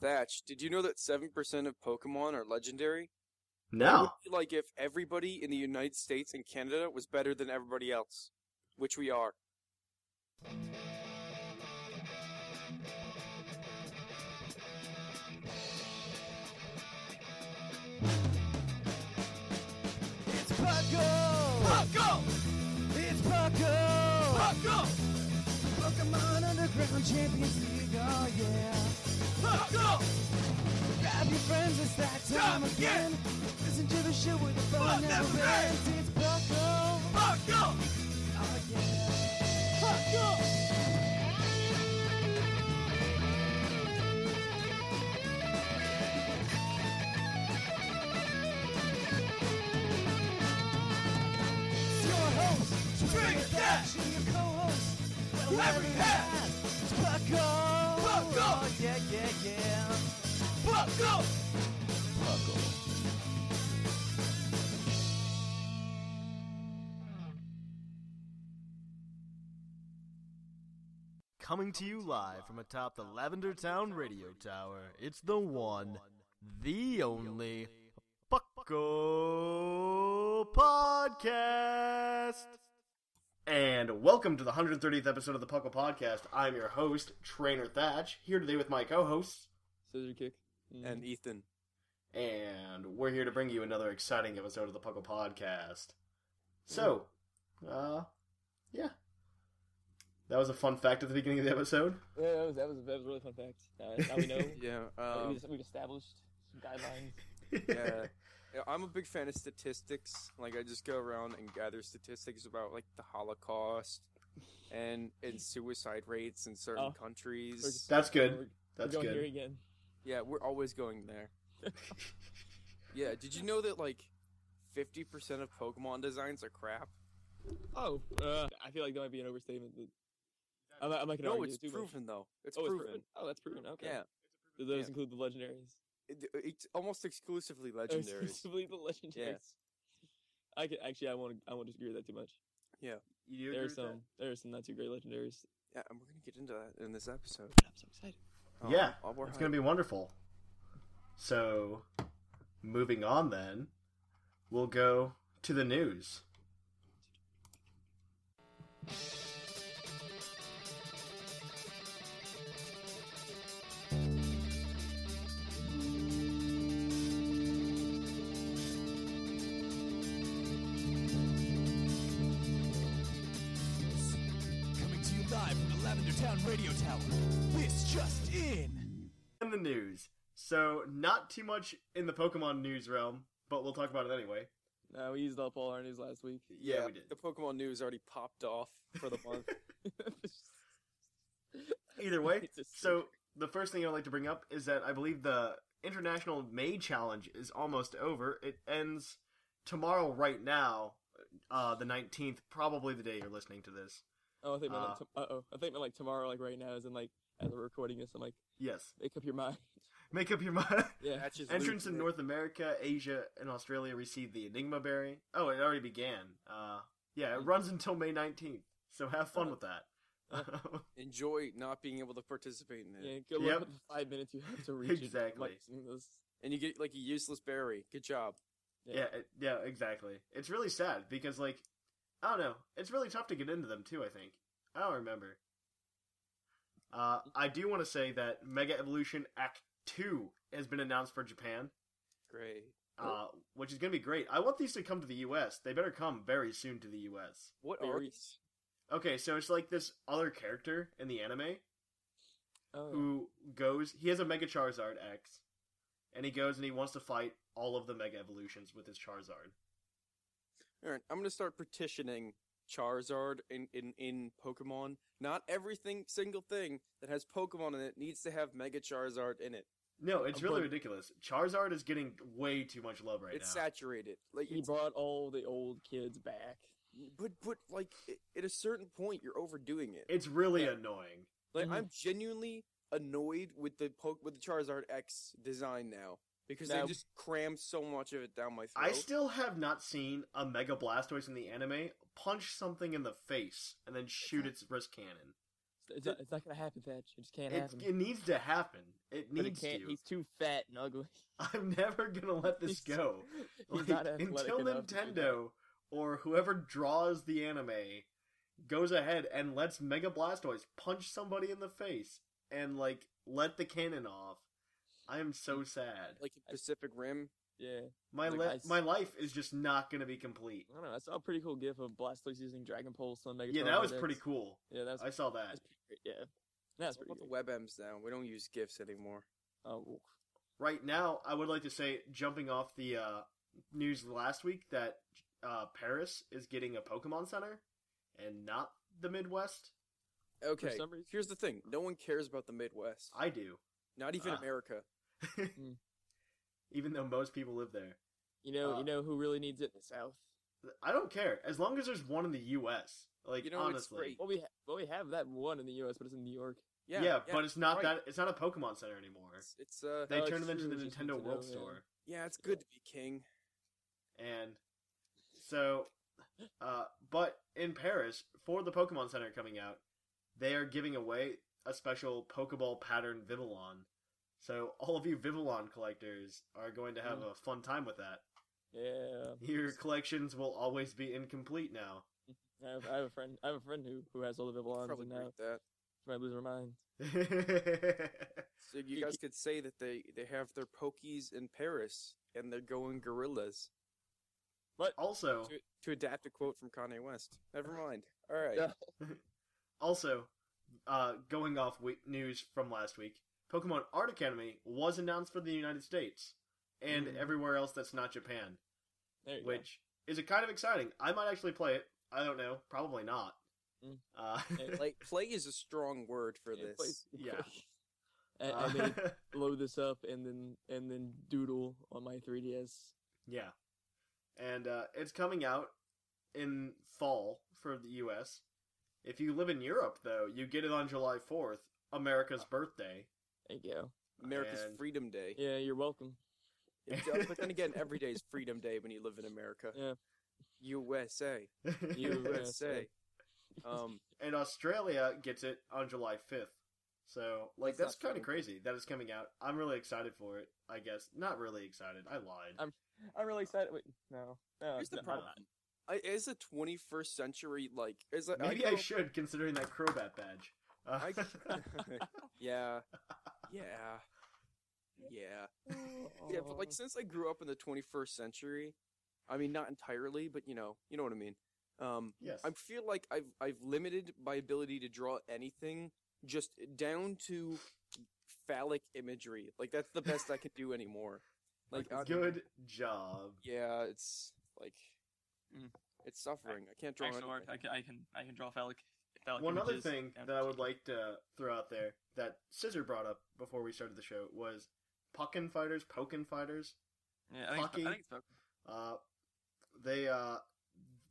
Thatch, did you know that 7% of Pokemon are legendary? It would No. be like if everybody in the United States and Canada was better than everybody else, which we are. It's Puckle! Puckle! It's Puckle! Puckle! Pokemon Underground Champions League, oh yeah. Puckle! Grab your friends, it's that time again. Listen to the show with the fun never, ends. It's Puckle! Puckle! Oh yeah. Puckle! It's your host, String Dash, and your co-host, Larry Pat. It's Puckle! Puckle! Oh yeah, yeah, yeah. Puckle! Coming to you live from atop the Lavender Town Radio Tower, it's the one, the only Bucko Podcast. And welcome to the 130th episode of the Puckle Podcast. I'm your host, Trainer Thatch, here today with my co hosts, Scissor kick. And Ethan. and we're here to bring you another exciting episode of the Puckle Podcast. So, uh, yeah. That was a fun fact at the beginning of the episode. Yeah, that was that was, that was a really fun fact. Uh, now we know. Yeah, Like, um, we've, we've established some guidelines. yeah. Yeah, I'm a big fan of statistics. Like, I just go around and gather statistics about, like, the Holocaust and, and suicide rates in certain Oh. We're countries. just- That's good. We're, That's we're going good. here again. Yeah, we're always going there. yeah, did you know that, like, 50% of Pokemon designs are crap? Oh, uh, I feel like that might be an overstatement. but- I'm not, I'm not gonna No, argue it's it too much. proven, though. It's oh, proven. it's proven. Oh, that's proven. Okay. Yeah. Do those yeah. include the legendaries? It, it's almost exclusively Or legendary. Exclusively the legendaries. I could, actually, I won't. I won't disagree with that too much. You There are some. There are some not too great legendaries. yeah, and we're going to get into that in this episode. But I'm so excited. Oh, yeah, oh, we're it's going to be wonderful. So, moving on then, we'll go to the news. Coming to you live from the Lavender Town Radio Tower. This just in. In the news. So, not too much in the Pokemon news realm, but we'll talk about it anyway. No, Uh, we used up all our news last week. Yeah, we did. The Pokemon news already popped off for the month. Either way, It's just- so the first thing I'd like to bring up is that I believe the International May Challenge is almost over. It ends tomorrow, right now, uh, the 19th, probably the day you're listening to this. Oh, I think meant Uh, like to- uh-oh. I think meant like tomorrow, like right now, is in like as we're recording this. I'm like, Yes. make up your mind. Make up your mind. yeah. That's just Entrants losing in it. North America, Asia, and Australia received the Enigma Berry. Oh, it already began. Uh, yeah, it Mm-hmm. runs until May 19th, so have Uh, fun with that. Enjoy not being able to participate in it. Yeah, good Yep. luck with the five minutes you have to reach. it. I'm Exactly. like, seeing this- And you get, like, a useless berry. Good job. yeah, it- yeah, exactly. It's really sad because, like, I don't know. It's really tough to get into them, too, I think. I don't remember. Uh, I do want to say that Mega Evolution Act 2 has been announced for Japan, Great. uh, which is going to be great. I want these to come to the U.S. They better come very soon to the U.S. What are Berries. these? Okay, so it's like this other character in the anime Oh, who goes. He has a Mega Charizard X, and he goes and he wants to fight all of the Mega Evolutions with his Charizard. All right, I'm going to start petitioning Charizard in, in, in Pokemon. Not everything single thing that has Pokemon in it needs to have Mega Charizard in it. No, it's Uh, really but- ridiculous. Charizard is getting way too much love right it's now. saturated. Like He it's, brought all the old kids back. but but like i- at a certain point you're overdoing it. It's really annoying. Like Mhm. I'm genuinely annoyed with the poke with the Charizard X design now because Now- they just crammed so much of it down my throat. I still have not seen a Mega Blastoise in the anime punch something in the face and then shoot its wrist cannon. It's not, it's not gonna happen, Patch. It just can't It, happen. it needs to happen. It But it needs can't. to. He's too fat and ugly. I'm never gonna let this He's- go. he's Like, not athletic until enough to do that. Nintendo or whoever draws the anime goes ahead and lets Mega Blastoise punch somebody in the face and like let the cannon off. I am so sad. like in Pacific Rim. Yeah. My like, li- I s- my life is just not gonna be complete. I don't know. I saw a pretty cool gif of Blastoise using Dragon Pulse on Mega. Yeah, that Charizard was X. pretty cool. Yeah, that was. I saw that. that's pretty great. Yeah, that's What pretty. about the Cool. webms now? We don't use GIFs anymore. Oh, well, Right now, I would like to say, jumping off the uh, news last week, that uh, Paris is getting a Pokemon Center and not the Midwest. Okay. some reason- Here's the thing: no one cares about the Midwest. I do, Not even Ah. America. even though most people live there. you know, Uh, you know who really needs it in the South. I don't care as long as there's one in the U.S. Like You know, it's honestly, great. Well, we ha- well we have that one in the U.S., but it's in New York. yeah, Yeah, but it's not right. that it's not a Pokemon Center anymore. It's, it's, uh, They Oh, turned it's it into the true, it's just Nintendo Nintendo, World yeah. Store, yeah, it's good to be king. and so, uh, but in Paris for the Pokemon Center coming out, they are giving away a special Pokeball pattern Vivillon. So all of you Vivillon collectors are going to have Mm. a fun time with that. Yeah, Your collections will always be incomplete now. I have, I have a friend. I have a friend who who has all the I'd Vivillons, Probably and now agree with that. she might lose her mind. So you You guys ca- could say that they they have their pokies in Paris and they're going gorillas. also, To, to adapt a quote from Kanye West. Never mind. All right. Yeah. Also, uh, going off we- news from last week, Pokemon Art Academy was announced for the United States and Mm. everywhere else that's not Japan, There you which is a kind of exciting. I might actually play it. I don't know. Probably not. Mm. Uh, Like play is a strong word for go. Yeah, this. please. Yeah. and, uh, and then blow this up, and then and then doodle on my 3ds. yeah. And uh, it's coming out in fall for the U.S. If you live in Europe, though, you get it on July 4th, Uh, America's birthday. Thank you. America's And- Freedom Day. Yeah, you're welcome. It's- but then again, every day is Freedom Day when you live in America. Yeah. USA. USA. USA. Um, and Australia gets it on July 5th. So, like, that's, That's not kind of fair. crazy that it's coming out. I'm really excited for it, I guess. Not really excited. I lied. I'm- I'm really excited. Wait, no, no. here's the no, I'm problem. not. I, as a 21st century, like, as a, Maybe I, I, grew up- should, considering that Crobat badge. Uh, I- yeah, yeah, yeah, yeah. But like, since I grew up in the 21st century, I mean, not entirely, but you know, you know what I mean. Um, yes. I feel like I've I've limited my ability to draw anything just down to phallic imagery. Like that's the best I can do anymore. Like I- Good job. Yeah, it's like Mm. it's suffering. I can't draw. Actually, Mark, anything. I can, I can I can draw phallic. phallic One other images thing down that to I would the- like to throw out there that Scissor brought up before we started the show was Puckin' Fighters, Pokin' Fighters. Yeah, I think, it's- Hockey. I think it's about- Uh, they uh,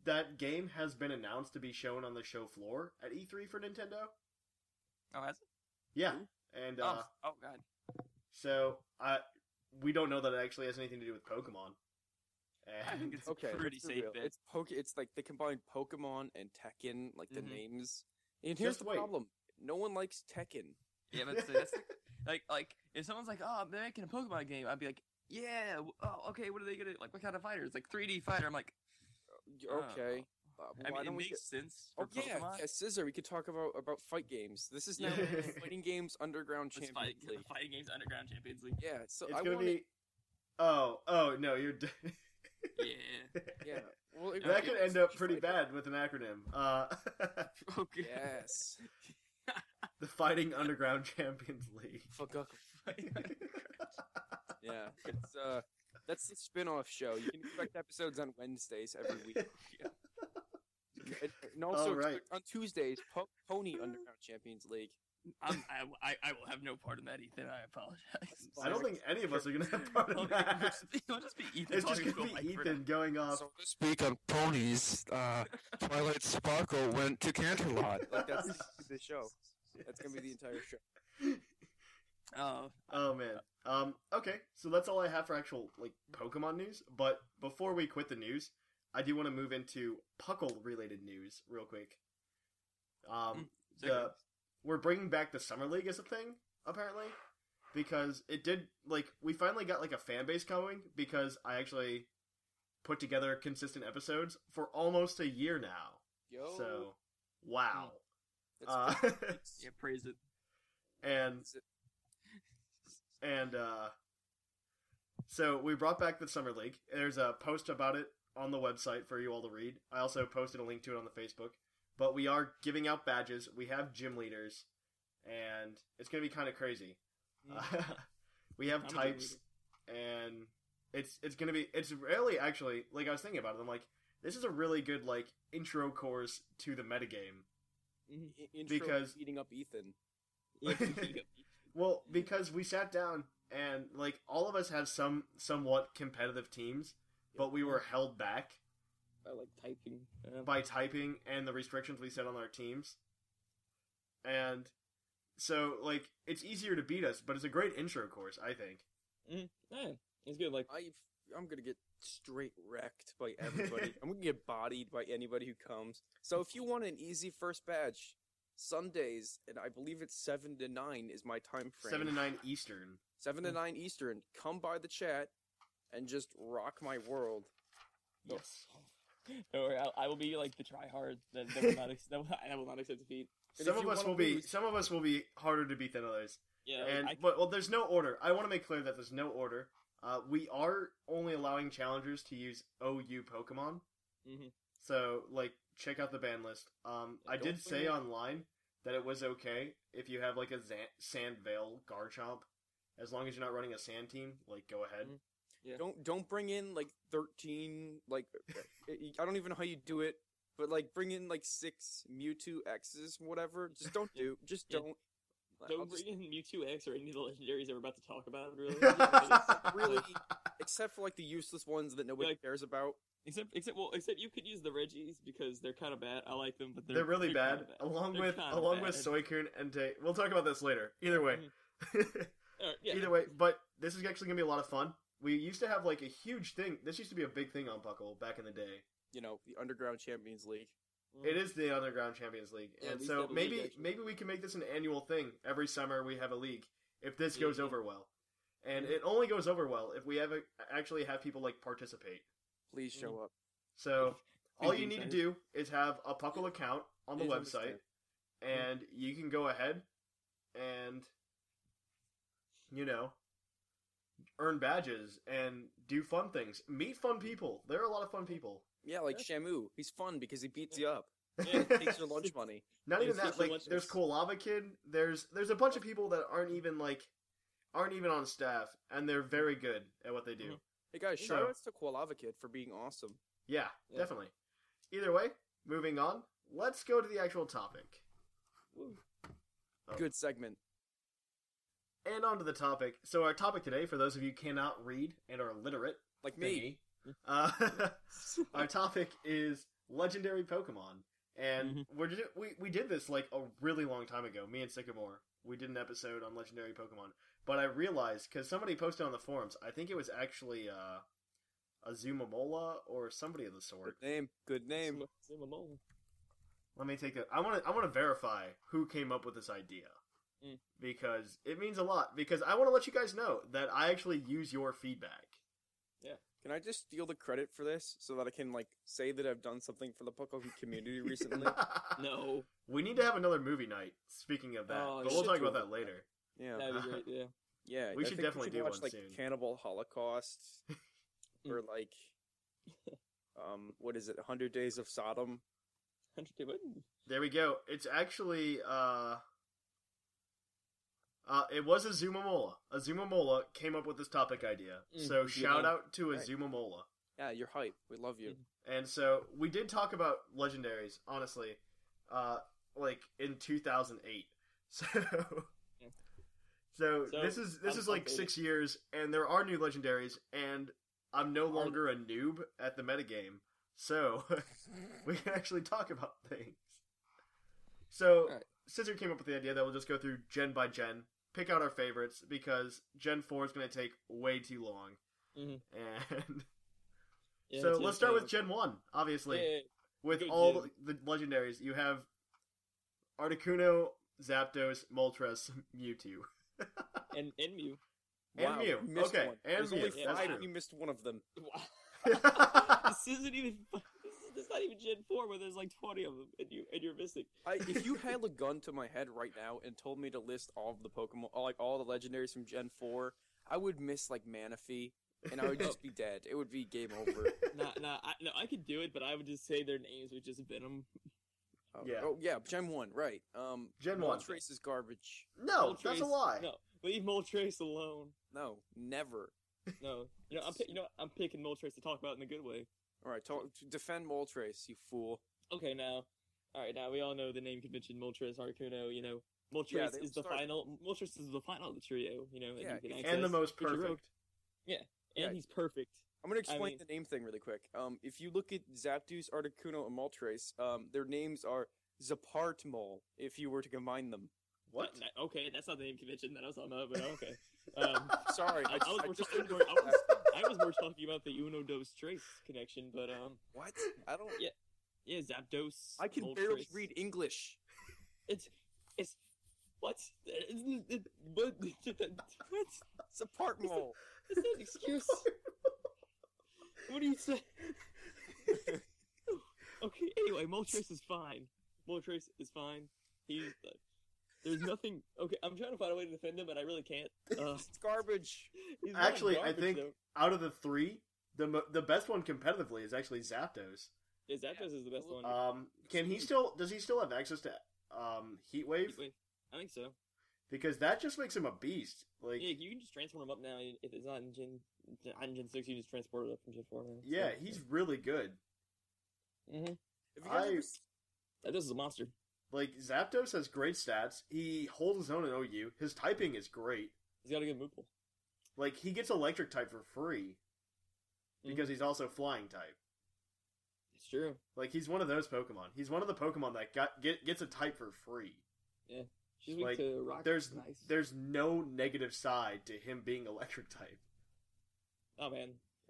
that game has been announced to be shown on the show floor at E3 for Nintendo. Oh, has it? Yeah, and uh, oh, oh, god. so I we don't know that it actually has anything to do with Pokemon. I And think it's pretty let's be safe real. bet. It's poke. It's like they combined Pokemon and Tekken, like the Mhm. names. And here's Just the wait. problem: no one likes Tekken. Yeah, but that's, that's like like if someone's like, "Oh, they're making a Pokemon game," I'd be like, "Yeah, w- oh, okay. What are they gonna like? What kind of fighter? It's like 3D fighter." I'm like, Y- Oh. Okay, uh, why I mean, it don't we? makes Get... sense for Oh yeah, Pokemon. yeah, Scissor. We could talk about about fight games. This is now Yeah. fighting games underground Let's champions fight, league. fighting games underground champions league. Yeah, so it's I gonna want. be. Oh, oh no, you're. D- Yeah. Yeah, well, it- that it could was end up Street pretty Fighter. bad with an acronym. Uh, Oh, God. Yes. the Fighting Underground Champions League. Fuck up. Yeah, it's uh, that's the spin-off show. You can expect episodes on Wednesdays every week. And, and also All right. expect on Tuesdays, po- Pony Underground Champions League. I'm, I, I, I will have no part in that, Ethan. I apologize. I don't think any of us are going to have part It'll of be- it'll that. just be- it'll just be Ethan It's just talking going to to a be microphone. Ethan going off. Uh, So to speak on ponies, uh, Twilight Sparkle went to Canterlot. Like that's the show. That's gonna be the entire show. Oh, Oh man. Um. Okay. So that's all I have for actual like Pokemon news. But before we quit the news, I do want to move into Puckle related news real quick. Um. sick. The we're bringing back the summer league as a thing apparently because it did like we finally got like a fan base going because I actually put together consistent episodes for almost a year now. Yo, So wow. that's Uh, yeah, praise it. and Is it- and uh, so we brought back the summer league. There's a post about it on the website for you all to read. I also posted a link to it on the Facebook. But we are giving out badges. We have gym leaders, and it's gonna be kind of crazy. Uh, we have I'm a gym types, and it's it's gonna be it's really actually like I was thinking about it. I'm like, this is a really good like intro course to the metagame. i- intro because- eating up Ethan. Well, because we sat down and like all of us have some somewhat competitive teams, but we were held back I like typing. Um, by typing and the restrictions we set on our teams. And so like it's easier to beat us, but it's a great intro course, I think. it's good. Like I I'm gonna get straight wrecked by everybody. I'm gonna get bodied by anybody who comes. So if you want an easy first badge, Sundays and I believe it's seven to nine is my time frame. 7 to 9 Eastern. seven to Mm. nine Eastern. Come by the chat and just rock my world. yes. Don't worry, I, I will be like the tryhard that, that will not ex- that will, I will not accept defeat. And Some if of you us wanna will be lose- some of us will be harder to beat than others. Yeah, and I, but well, there's no order. I want to make clear that there's no order. Uh, we are only allowing challengers to use OU Pokemon. Mhm. So like, check out the ban list. Um, I Don't did say forget- online that it was okay if you have like a Zan- Sand Veil Garchomp, as long as you're not running a Sand team. Like, go ahead. Mhm. Yeah. Don't don't bring in like thirteen. Like I- I don't even know how you do it, but like bring in like six Mewtwo X's, whatever. Just don't do. Just Yeah. don't. I'll don't just- bring in Mewtwo X or any of the legendaries that we're about to talk about. Really, uh, really, Like, except for like the useless ones that nobody Like- cares about. Except, except, well, except you could use the Reggies because they're kind of bad. I like them, but they're They're, really they're bad, kinda Along They're with kinda along with bad. Soycoon and Day. We'll talk about this later. Either way. Alright, Mm-hmm. yeah. Either way, but this is actually gonna be a lot of fun. We used to have like a huge thing. This used to be a big thing on Buckle back in the day. You know, the Underground Champions League. Mm-hmm. It is the Underground Champions League, Yeah, and we so have a league, maybe actually. maybe we can make this an annual thing. Every summer we have a league. If this Yeah, goes yeah. over well, and Mm-hmm. it only goes over well if we have a, actually have people like participate. Please show Mm-hmm. up. So all you need to Guys. do is have a Puckle account on the Please website, understand. Mm-hmm. and you can go ahead and you know earn badges and do fun things. Meet fun people. There are a lot of fun people. Yeah, like Shamu. He's fun because he beats you up. Yeah. Takes your lunch money. Not even There's that. Like, people watching there's this. Cool Lava Kid. There's there's a bunch of people that aren't even like aren't even on staff, and they're very good at what they do. Mhm. Hey guys, Yeah. shout outs to Koalava Kid for being awesome. Yeah, Yeah. definitely. Either way, moving on. Let's go to the actual topic, Oh. Good segment. and on to the topic. So our topic today, for those of you who cannot read and are illiterate, Like me. thingy, uh, our topic is legendary Pokemon, and Mhm. we're ju- we we did this like a really long time ago. Me and Sycamore, we did an episode on legendary Pokemon, but I realized because somebody posted on the forums, I think it was actually uh, Azumamola or somebody of the Good sort. name. Good name. Simamole. Let me take that. I want to I want to verify who came up with this idea. Mm. Because it means a lot. Because I want to let you guys know that I actually use your feedback. Can I just steal the credit for this so that I can like say that I've done something for the Pucklehead community recently? No. We need to have another movie night. Speaking of that, Oh, but you we'll should talk do about it. that later. yeah, That'd be great, yeah. yeah. We I should think definitely do watch, one like soon. Cannibal Holocaust or like um what is it? 100 Days of Sodom. What? There we go. It's actually uh, uh it was Azumamola. Azumamola came up with this topic idea. Mm, so yeah. shout out to Right. Azumamola. Yeah, you're hype. We love Mm-hmm. you. And so we did talk about legendaries, honestly, uh, like in 2008. So, so, So, this is this I'm- is like I'm six years, and there are new legendaries, and I'm no longer a noob at the metagame, so we can actually talk about things. So Alright. Scissor came up with the idea that we'll just go through gen by gen, pick out our favorites because Gen Four is going to take way too long, Mhm. and Yeah, so that's let's it. start with Gen One, obviously Yeah, with Good all dude. the legendaries, you have Articuno, Zapdos, Moltres, Mewtwo, and and Mew. and Wow, Mew. you missed Okay, one. and There's Mew. only that's five, true. You missed one of them. Wow. this isn't even. This is that's not even Gen Four, where there's like twenty of them, and you and you're missing. I, if you had a gun to my head right now and told me to list all of the Pokemon, all- like all the legendaries from Gen Four, I would miss like Manaphy, and I would just be dead. It would be game over. Nah, nah, I, no, I could do it, but I would just say their names would just venom. Oh, Yeah. Oh yeah, Gen One, right? Um, Gen one. Moltres is garbage. no, that's a Moltres- lie. No, leave Moltres alone. No, never. No, you know I'm pi- you know what? I'm picking Moltres to talk about in the good way. All right, talk, defend Moltres, you fool. Okay, now, all right, now we all know the name convention. Moltres, Articuno. You know, Moltres Yeah, they is the start- final. Moltres is the final of the trio. You know, Yeah, and, you can And the access, most which is perfect. rogue, and Yeah. he's perfect. I'm gonna explain mean- the name thing really quick. Um, if you look at Zapdos, Articuno, and Moltres, um, their names are Zapartmol. If you were to combine them, What? Uh, nah, okay, that's not the name convention that I was talking about, but okay. Um, sorry, I, I was more just- talking more, I was, I was more talking about the Uno Dos Tres connection, but um, what? I don't. Yeah. yeah, Zapdos. I can Moltres. barely read English. It's it's what? But what? Zapartmol. That's not an excuse. what do you say? okay. Anyway, Moltres is fine. Moltres is fine. He's uh, there's nothing. Okay, I'm trying to find a way to defend him, but I really can't. Uh, It's garbage. he's not Actually, I garbage, think though. out of the three, the mo- the best one competitively is actually Zapdos. Yeah, Zapdos is the best one. Um, can he still? Does he still have access to um Heat Wave? Wait, I think so. Because that just makes him a beast. Like, Yeah, you can just transform him up now. and If it's not in Gen, not in Gen six, you just transport it up from Gen four. Now. yeah, he's really good. hmm Have you guys I- ever s- Zapdos is a monster. Like Zapdos has great stats. He holds his own in OU. His typing is great. He's got a good move pool. Like he gets electric type for free because he's also flying type. It's true. Like he's one of those Pokemon. He's one of the Pokemon that got get, gets a type for free. She's weak like to rock. there's nice. there's no negative side to him being electric type. Oh man,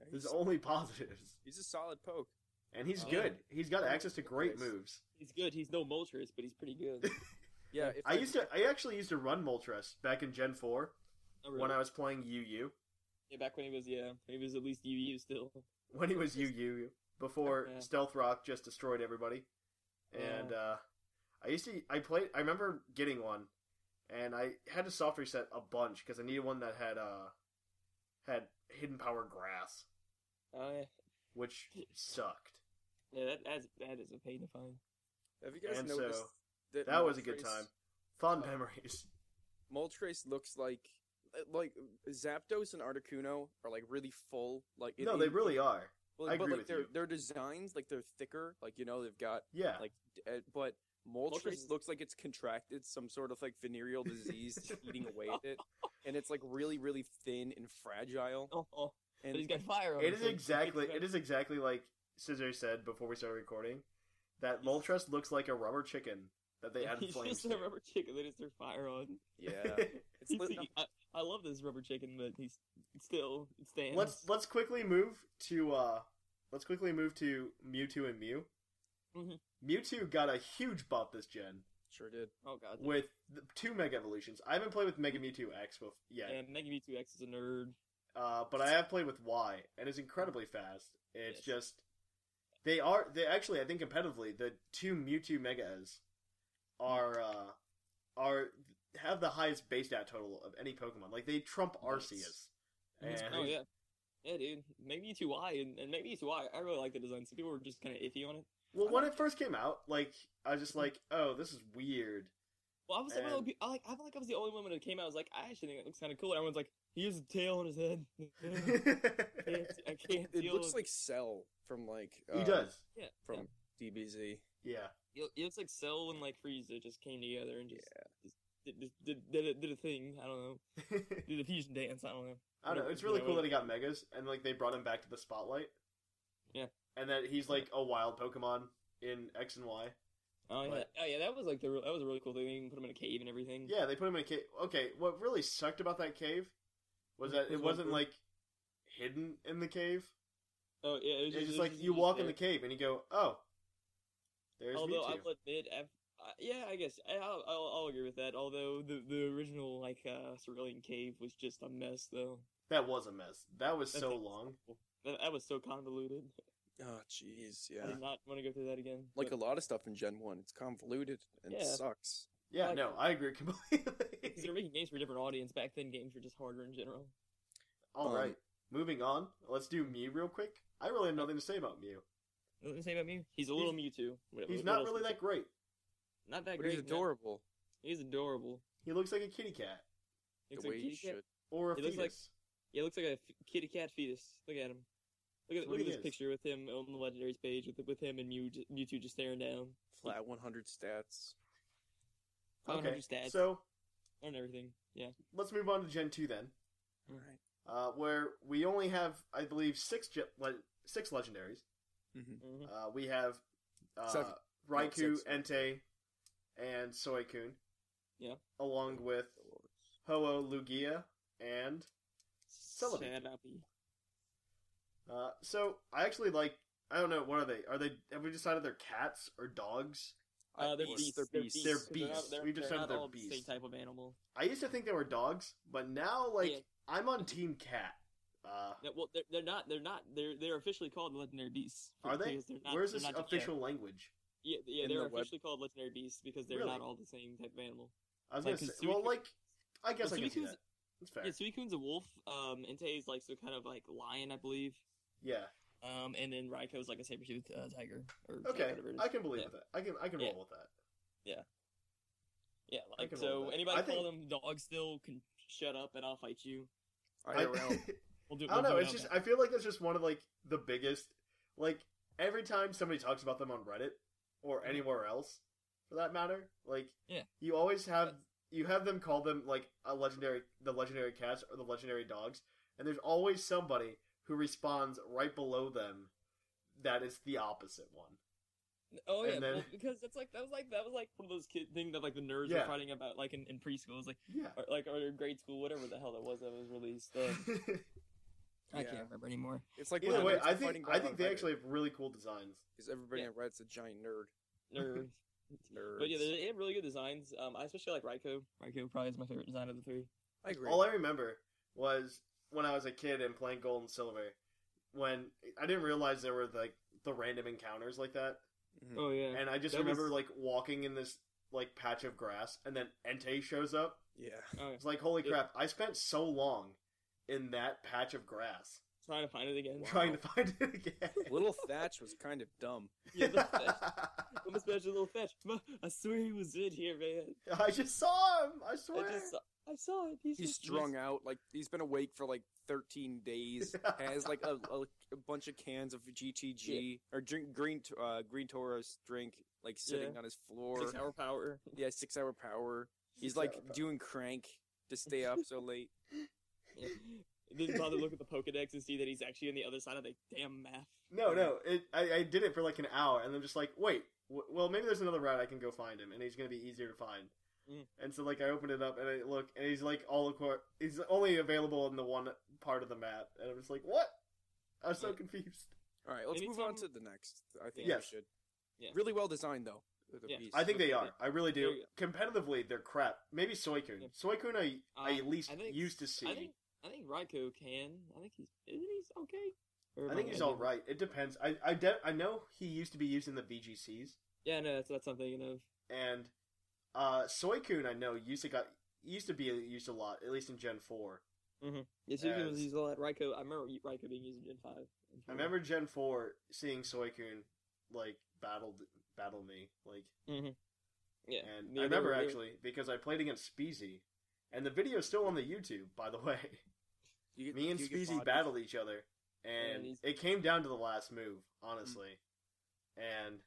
There's only positives, He's a solid poke. and he's Oh, yeah. good. He's got access to great Yes. moves. he's good. He's no Moltres, but he's pretty good. Yeah, if I used to I actually used to run Moltres back in Gen Four Oh, when really? I was playing UU yeah, back when he was yeah, he was at least UU still. when he was UU before Yeah. Stealth Rock just destroyed everybody. And Yeah. uh, I used to I played I remember getting one, and I had to soft reset a bunch because I needed one that had uh had hidden power grass, Oh yeah, which sucked. yeah that that's, that is a pain to find. Have you guys and noticed so, That was a good Moltres- time. Fond Oh. memories. Moltres looks like like Zapdos and Articuno are like really full. Like no, they really are. Well, I but agree like with their you. their designs, like they're thicker. Like you know, they've got Yeah. like. d- Uh, but Moltres Moltres is- looks like it's contracted some sort of like venereal disease just eating away at it, and it's like really really thin and fragile. Oh, oh, And but he's got fire. on it him, is so- exactly it is exactly like Scissor said before we started recording that Moltres looks like a rubber chicken that they added He's flames just to. a rubber chicken. They just threw fire on. yeah, it's He's- lit- he- I, I love this rubber chicken, but he's still it stands. Let's let's quickly move to uh let's quickly move to Mewtwo and Mew. Mhm. Mewtwo got a huge buff this gen sure did. oh god. with the two Mega Evolutions. I haven't played with Mega Mewtwo X bef- yet, And Mega Mewtwo X is a nerd. uh, but I have played with Y, and it's incredibly fast. It's Yes. just they are they actually I think competitively the two Mewtwo Megas are Mm. uh, are have the highest base stat total of any Pokemon. Like they trump Nice. Arceus. And- Oh yeah, yeah, dude. Mega Mewtwo Y and, and Mega Mewtwo Y. I really like the design. Some people were just kind of iffy on it. Well, when it first came out, like I was just like, "Oh, this is weird," Well, I was like, one of And- the pe- I like, I felt like I was the only one when it came out. I was like, I actually think it looks kind of cool. Everyone's like, he has a tail on his head. I can't, I can't It deal looks with- like Cell from like he uh, does. yeah, from DBZ. Yeah. He, lo- he looks like Cell and like Frieza just came together and just, just did, just did, did, a, did a thing. I don't know, did a fusion dance. I don't know. I don't know. Whatever, It's really you cool that he got megas, and like they brought him back to the spotlight. Yeah. And that he's like a wild Pokemon in X and Y. Oh yeah, But- oh yeah, that was like the real, that was a really cool thing. They even put him in a cave and everything. Yeah, they put him in a cave. Okay, what really sucked about that cave was that it wasn't like hidden in the cave. Oh yeah, it It's was just, just it was like you walk in there. the cave and you go, "Oh, there's Although I Mewtwo." will admit, I've, I, yeah, I guess I, I'll, I'll, I'll agree with that. Although the the original like uh, Cerulean Cave was just a mess, though. That was a mess. That was That so thing- long. That, that was so convoluted. Oh jeez, I yeah. did not want to go through that again. Like a but- lot of stuff in Gen One, it's convoluted and Yeah. sucks. Yeah, Like- no, I agree 'cause they're completely. making games for a different audience. Back then, games were just harder in general. All Um, right, moving on. Let's do Mew real quick. I really have nothing to say about Mew. What say about Mew? He's a little Mewtwo. What- He's what not else really is- that great. not that But great. he's not- adorable. He's adorable. He looks like a kitty cat Looks the like way a he kitty cat. should. or a He fetus. looks like- Yeah, looks like a f- kitty cat fetus. Look at him. Look That's at what look at he this is. picture with him on the legendaries page with with him and Mew, Mewtwo just staring down. Flat 100 stats. I don't Okay, understand. so and everything. Yeah. let's move on to Gen two then, All right. uh, where we only have, I believe, six ge- le- six legendaries. hmm Uh, we have uh, Seven. Raikou, six. Entei, and Soycoon, Yeah. along with Ho-Oh, Lugia, and Celebi. Celebi. uh, so I actually like. I don't know. What are they? Are they? Have we decided they're cats or dogs? Uh, they're Beasts, beasts. they're beasts. They're They're not- beasts. They're, We just they're said not they're all the beasts. Same type of animal. I used to think they were dogs, but now like Yeah. I'm on Team Cat. Uh, No, well, they're, they're not. They're not. They're they're officially called legendary beasts. are they? because they're not- Where's they're this not just- official language? Yeah, yeah. in They're the web? officially called legendary beasts because they're Really? not all the same type of animal. I was Like, gonna is say, well, Suicune- like, I guess Well, I can see Suicune's- that. That's fair. Yeah, Suicune's a wolf. Um, Entei's like some kind of like lion, I believe. yeah. Um, and then Raikou is like a saber toothed uh, tiger. Or Okay, whatever it is. I can believe Yeah. that. I can I can Yeah. roll with that. Yeah, I like can roll so. with that. Anybody I call think- them dogs still can shut up and I'll fight you. I, IRL. We'll do. I don't we'll know. do it It's out just back. I feel like that's just one of like the biggest. Like every time somebody talks about them on Reddit or anywhere else, for that matter, like Yeah. you always have you have them call them like a legendary the legendary cats or the legendary dogs, and there's always somebody who responds right below them that is the opposite one. Oh yeah, And then- well, because that's like that was like that was like one of those kid thing that like the nerds Yeah. were fighting about like in, in preschool, it was like Yeah. or, like or grade school, whatever the hell that was that was released. Uh, I Yeah. can't remember anymore. It's like Either when way, nerds I are fighting think I back on think they Reddit, actually have really cool designs. 'cause everybody Yeah. on Reddit's a giant nerd. Nerds. Nerds. but yeah, they they have really good designs. Um, I especially like Raikou. Raikou probably is my favorite design of the three. I agree. All I remember was when I was a kid and playing Gold and Silver, when I didn't realize there were like the random encounters like that, Mhm. Oh yeah, Hmm. and I just That remember was- like walking in this like patch of grass, and then Entei shows up. yeah. oh, yeah. It's like holy Yeah. crap! I spent so long in that patch of grass trying to find it again. trying to find it again. Little Thatch was kind of dumb. Yeah, the fetch. I'm a special little fetch. Ma- I swear he was in here, man. I just saw him. I swear. I just saw, I saw it. He's, He's just- strung out. Like he's been awake for like 13 days. Has like a, a, a bunch of cans of GTG or drink green T- uh, green Tauros drink like sitting Yeah. on his floor. Six hour power. Yeah, six hour power. He's Six like hour power. doing crank to stay up so late. Yeah. Didn't bother to look at the Pokedex and see that he's actually on the other side of the damn map. No, no. It, I, I did it for like an hour, and I'm just like, wait. W- well, maybe there's another route I can go find him, and he's gonna be easier to find. Mm. And so, like, I opened it up, and I look, and he's like all acor- He's only available in the one part of the map, and I'm just like, what? I was so Yeah. confused. All right, let's move on to Anytime- the next. I think Yes. we should. Yeah. Really well designed though. the Yeah. beast. I think they are. I really do. There Competitively, they're crap. Maybe Soycoon. Yeah. Soycoon, I, I Uh, at least I think- used to see. I think I think Raikou can. I think he's isn't he's okay. Or I am think he's making- all right. It depends. I, I, de- I know he used to be used in the VGCs. Yeah, no, that's that's something you know. and uh Soycoon I know used to got used to be used a lot, at least in Gen four. Yeah, Suicune was As- used a lot. Raikou, I remember Raikou being used in Gen Five. I remember Gen four seeing Soycoon like battled battle me like Mhm. Yeah, And I me they remember were- actually because I played against Speezy, and the video's still on the YouTube, by the way. You get- Me and you get Speezy bodies. battled each other, And and he's- Hmm. it came down to the last move, honestly. And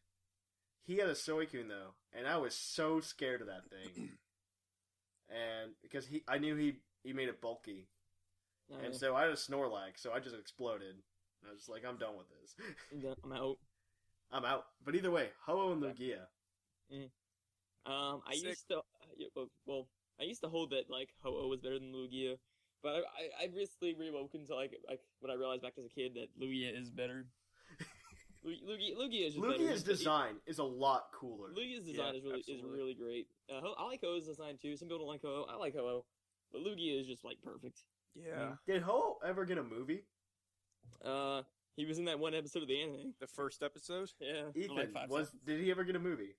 he had a Suicune though, and I was so scared of that thing, and because he, I knew he he made it bulky, Oh, and yeah. so I had a Snorlax, so I just exploded. And I was just like, I'm done with this. I'm done- I'm out. I'm out. But either way, Ho-Oh and Lugia. Um, I Sick. used to, yeah, well- well, I used to hold that like Ho-Oh was better than Lugia, but I, I, I recently reawoken to like, like when I realized back as a kid that Lugia is better. Lu- Lugia, Lugia is just better. Lugia's He's- he- design is a lot cooler. Lugia's Yeah, design is really absolutely. is really great. Uh, Ho- I like Ho-Oh's design too. Some people don't like Ho-Oh. I like Ho-Oh, but Lugia is just like perfect. Yeah, Did Ho ever get a movie? Uh, he was in that one episode of the anime. the first episode. Yeah, Ethan like five was. seconds. Did he ever get a movie?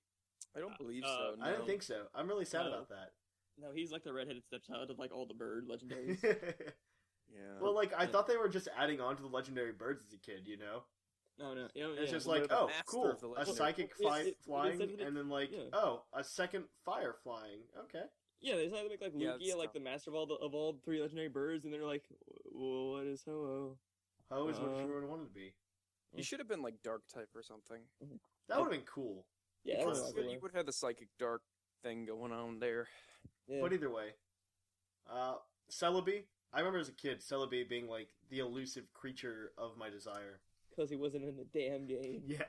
I don't believe uh, so. No. I don't think so. I'm really sad No. about that. No, he's like the redheaded stepchild of like all the bird legendaries. Yeah. well, like I Yeah. thought they were just adding on to the legendary birds as a kid. You know, no, no, you know, it's yeah. just well, like, they're the oh, master cool, of the a legendary- psychic Well, fly it's- it's- flying, it's- and then like, yeah. oh, a second fire flying. Okay, Yeah, they decided to make like Yeah, Lugia that's like tough. the master of all the, of all three legendary birds, and they're like, well, "What is Ho-Oh?" Ho is what Uh, everyone wanted to be. He should have been like dark type or something. That would have been cool. Yeah, that's Honestly, a good you one. would have the psychic dark thing going on there. yeah. But either way, uh, Celebi. I remember as a kid, Celebi being like the elusive creature of my desire. because he wasn't in the damn game. Yeah,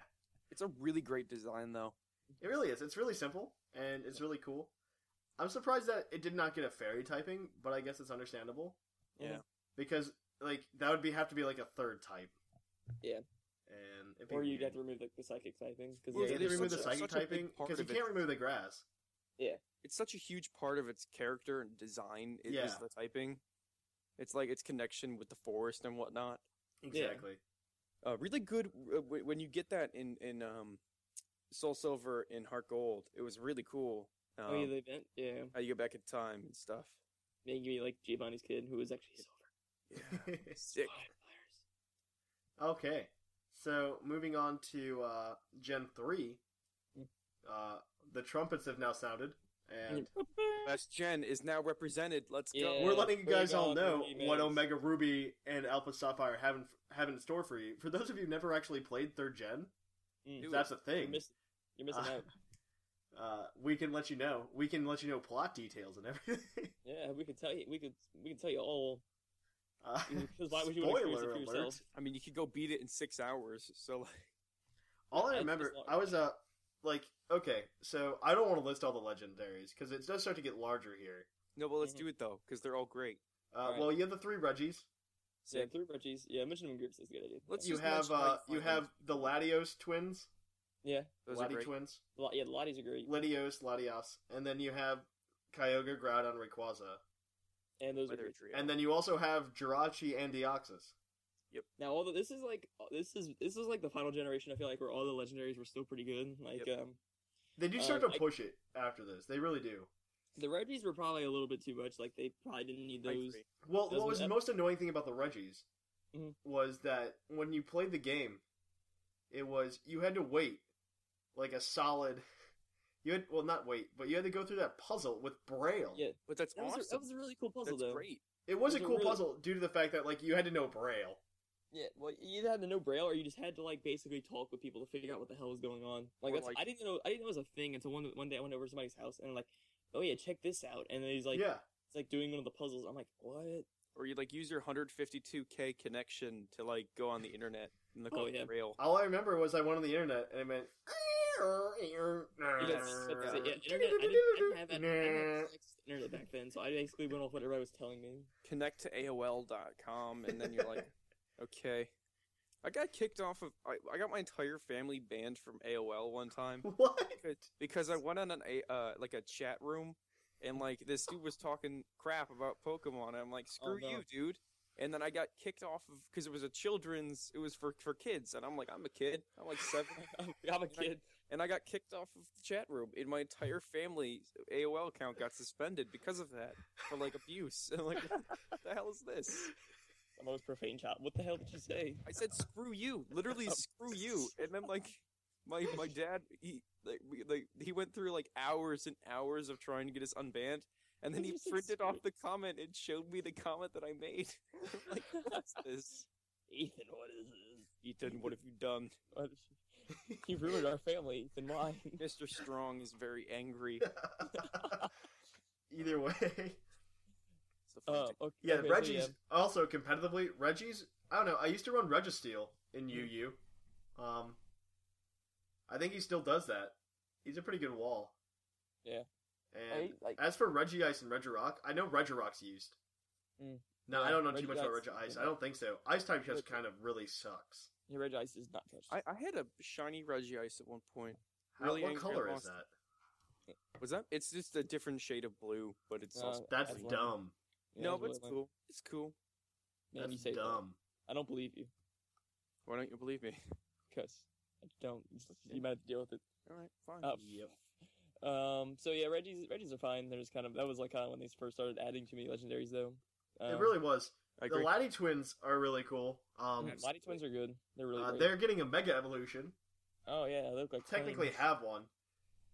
It's a really great design though. It really is. It's really simple and it's really cool. I'm surprised that it did not get a fairy typing, but I guess it's understandable Yeah. because like that would be have to be like a third type. Yeah. And it'd be Or you'd weird. have to remove like the psychic side things Well, because yeah, Yeah, they there's remove the such a- such psychic a big typing part because you of it. can't remove the grass. It's such a huge part of its character and design i- is Yeah. the typing. It's like its connection with the forest and whatnot. Exactly. Uh, really good uh, w- when you get that in in um, Soul Silver and Heart Gold. It was really cool. Um, oh yeah, the event. Yeah, how you go back in time and stuff. they give me like Giovanni's kid who was actually silver. Sick. okay. So moving on to uh, Gen three, Mm. uh, the trumpets have now sounded, and Last gen is now represented. Let's go. Yeah. We're letting you Bring guys all on know the what remakes. Omega Ruby and Alpha Sapphire have in, have in store for you. For those of you who've never actually played third gen, Mm. that's a You're, thing. miss- you're missing Uh, out. Uh, we can let you know. We can let you know plot details and everything. Yeah, we could tell you. We could. We could tell you all. Uh, Because why would you want to experience it for yourself? I mean, you could go beat it in six hours. So like, All Yeah, I I remember, just want- I was uh, like, okay, so I don't want to list all the legendaries because it does start to get larger here. no, but let's Mhm. do it though because they're all great. Uh, Alright. Well, you have the three Reggies. Yeah, Sick. through Regis. Yeah, mention him in groups is a good idea. Let's you just have mention, uh, like, you five have the Latios twins, Yeah, Those are Lati great. twins, the lot- yeah, the Lotties are great, Latios, Latias, and then you have Kyogre, Groudon, Rayquaza. and those are Whether great. it's real. And then you also have Jirachi and Deoxys. Now, although this is like this is this is like the final generation, I feel like where all the legendaries were still pretty good. Like Yep. um, They do start Uh, to I- push it after this. They really do. the Regis were probably a little bit too much. Like they probably didn't need I those. agree. Well, what Doesn't was the that- most annoying thing about the Reggies Mhm. was that when you played the game, it was you had to wait like a solid. You had well, not wait, but you had to go through that puzzle with Braille. Yeah, but that's that was, awesome. a, that was a really cool puzzle That's though. great. It was It a was a cool really- puzzle due to the fact that like you had to know Braille. Yeah, well, you either had to know Braille or you just had to like basically talk with people to figure out what the hell was going on. Like, Or, that's, like- I didn't know I didn't know it was a thing until one one day I went over to somebody's house and like, oh yeah, check this out, and then he's like, yeah, it's like doing one of the puzzles. I'm like, what? Or you like use your 152k connection to like go on the internet and look Oh, up yeah. rail. all I remember was I went on the internet and it meant. Yeah, that's- that's it. Yeah, internet. I didn't, I didn't have that. I didn't have access to internet back then, so I basically went off what everybody was telling me. Connect to AOL.com, and then you're like, okay. I got kicked off of. I, I got my entire family banned from AOL one time. What? because- because I went on an a uh, like a chat room, and like this dude was talking crap about Pokemon. And I'm like, Oh, screw you, no. dude. And then I got kicked off of because it was a children's. It was for for kids, and I'm like, I'm a kid. I'm like seven, I'm, I'm a kid. and I got kicked off of the chat room. And my entire family AOL account got suspended because of that for like abuse. And I'm like, what the hell is this? The most profane child. What the hell did you say? I said, screw you, literally, screw you. And then like, my my dad, he like, we- like he went through like hours and hours of trying to get us unbanned, and then he You're so printed off sweet. the comment and showed me the comment that I made. I'm like, what's this? Ethan, what is this? Ethan, what have you done? What is- you ruined our family, Ethan. Why? Mr. Strong is very angry. Either way, It's the Uh, fun okay, yeah. okay, so Reggie's also competitively. Reggie's. I don't know. I used to run Registeel in UU. Mm-hmm. Um, I think he still does that. He's a pretty good wall. Yeah. And I, like- as for Reggie Ice and Regirock, I know Regirock's used. Mm. No, I Yeah, don't know too much about Regirock's- Reggie Ice. I don't think so. Ice type just kind of really sucks. Your red ice is not touched. I, I had a shiny Reggie Ice at one point. How, Really what angry color is monster. that? Was that? It's just a different shade of blue, but it's Uh, also That's That's dumb. Yeah, no, that's but it's what- cool. It's cool. Man, you That's say that. dumb. I don't believe you Why don't you believe me? because I don't. You might have to deal with it. All right, fine. Uh, Um. So yeah, Reggie's Reggie's are fine. There's kind of that was like kind of when they first started adding too many legendaries though. Um, it really was. I The agree. Laddie twins are really cool. Um, Mighty Twins are good. They're really uh, great. they're getting a mega evolution. Oh yeah, they look like Technically, have one.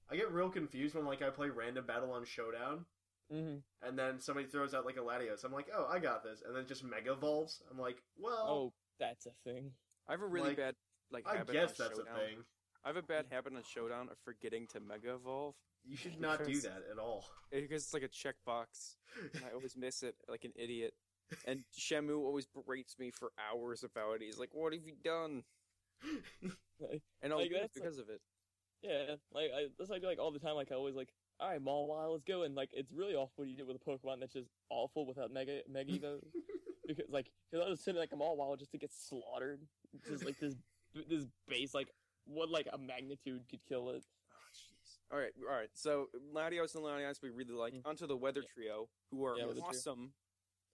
I get real confused when like I play random battle on Showdown, hmm and then somebody throws out like a Latios. I'm like, oh, I got this, and then it just mega evolves. I'm like, well, Oh, that's a thing. I have a really like, bad like I habit. guess on that's Showdown. a thing. I have a bad habit on Showdown of forgetting to Mega Evolve You should not do Because- that at all. eh, because it's like a checkbox, and I always miss it like an idiot. And Shamu always berates me for hours about it. He's like, "What have you done?" And I'll Like, do it that's like- because of it. Yeah, like I, that's what I do like all the time. Like I always like, all right, Mawile, let's go. And like it's really awful what you did with a Pokemon that's just awful without Mega Mega Evo. because like because I was sitting like a Mawile just to get slaughtered. Just like this this base like what like a magnitude could kill it. All right, all right. So Latios and Latias we really like. Mm. Onto the Weather Yeah. Trio, who are Yeah, Weather Trio. awesome,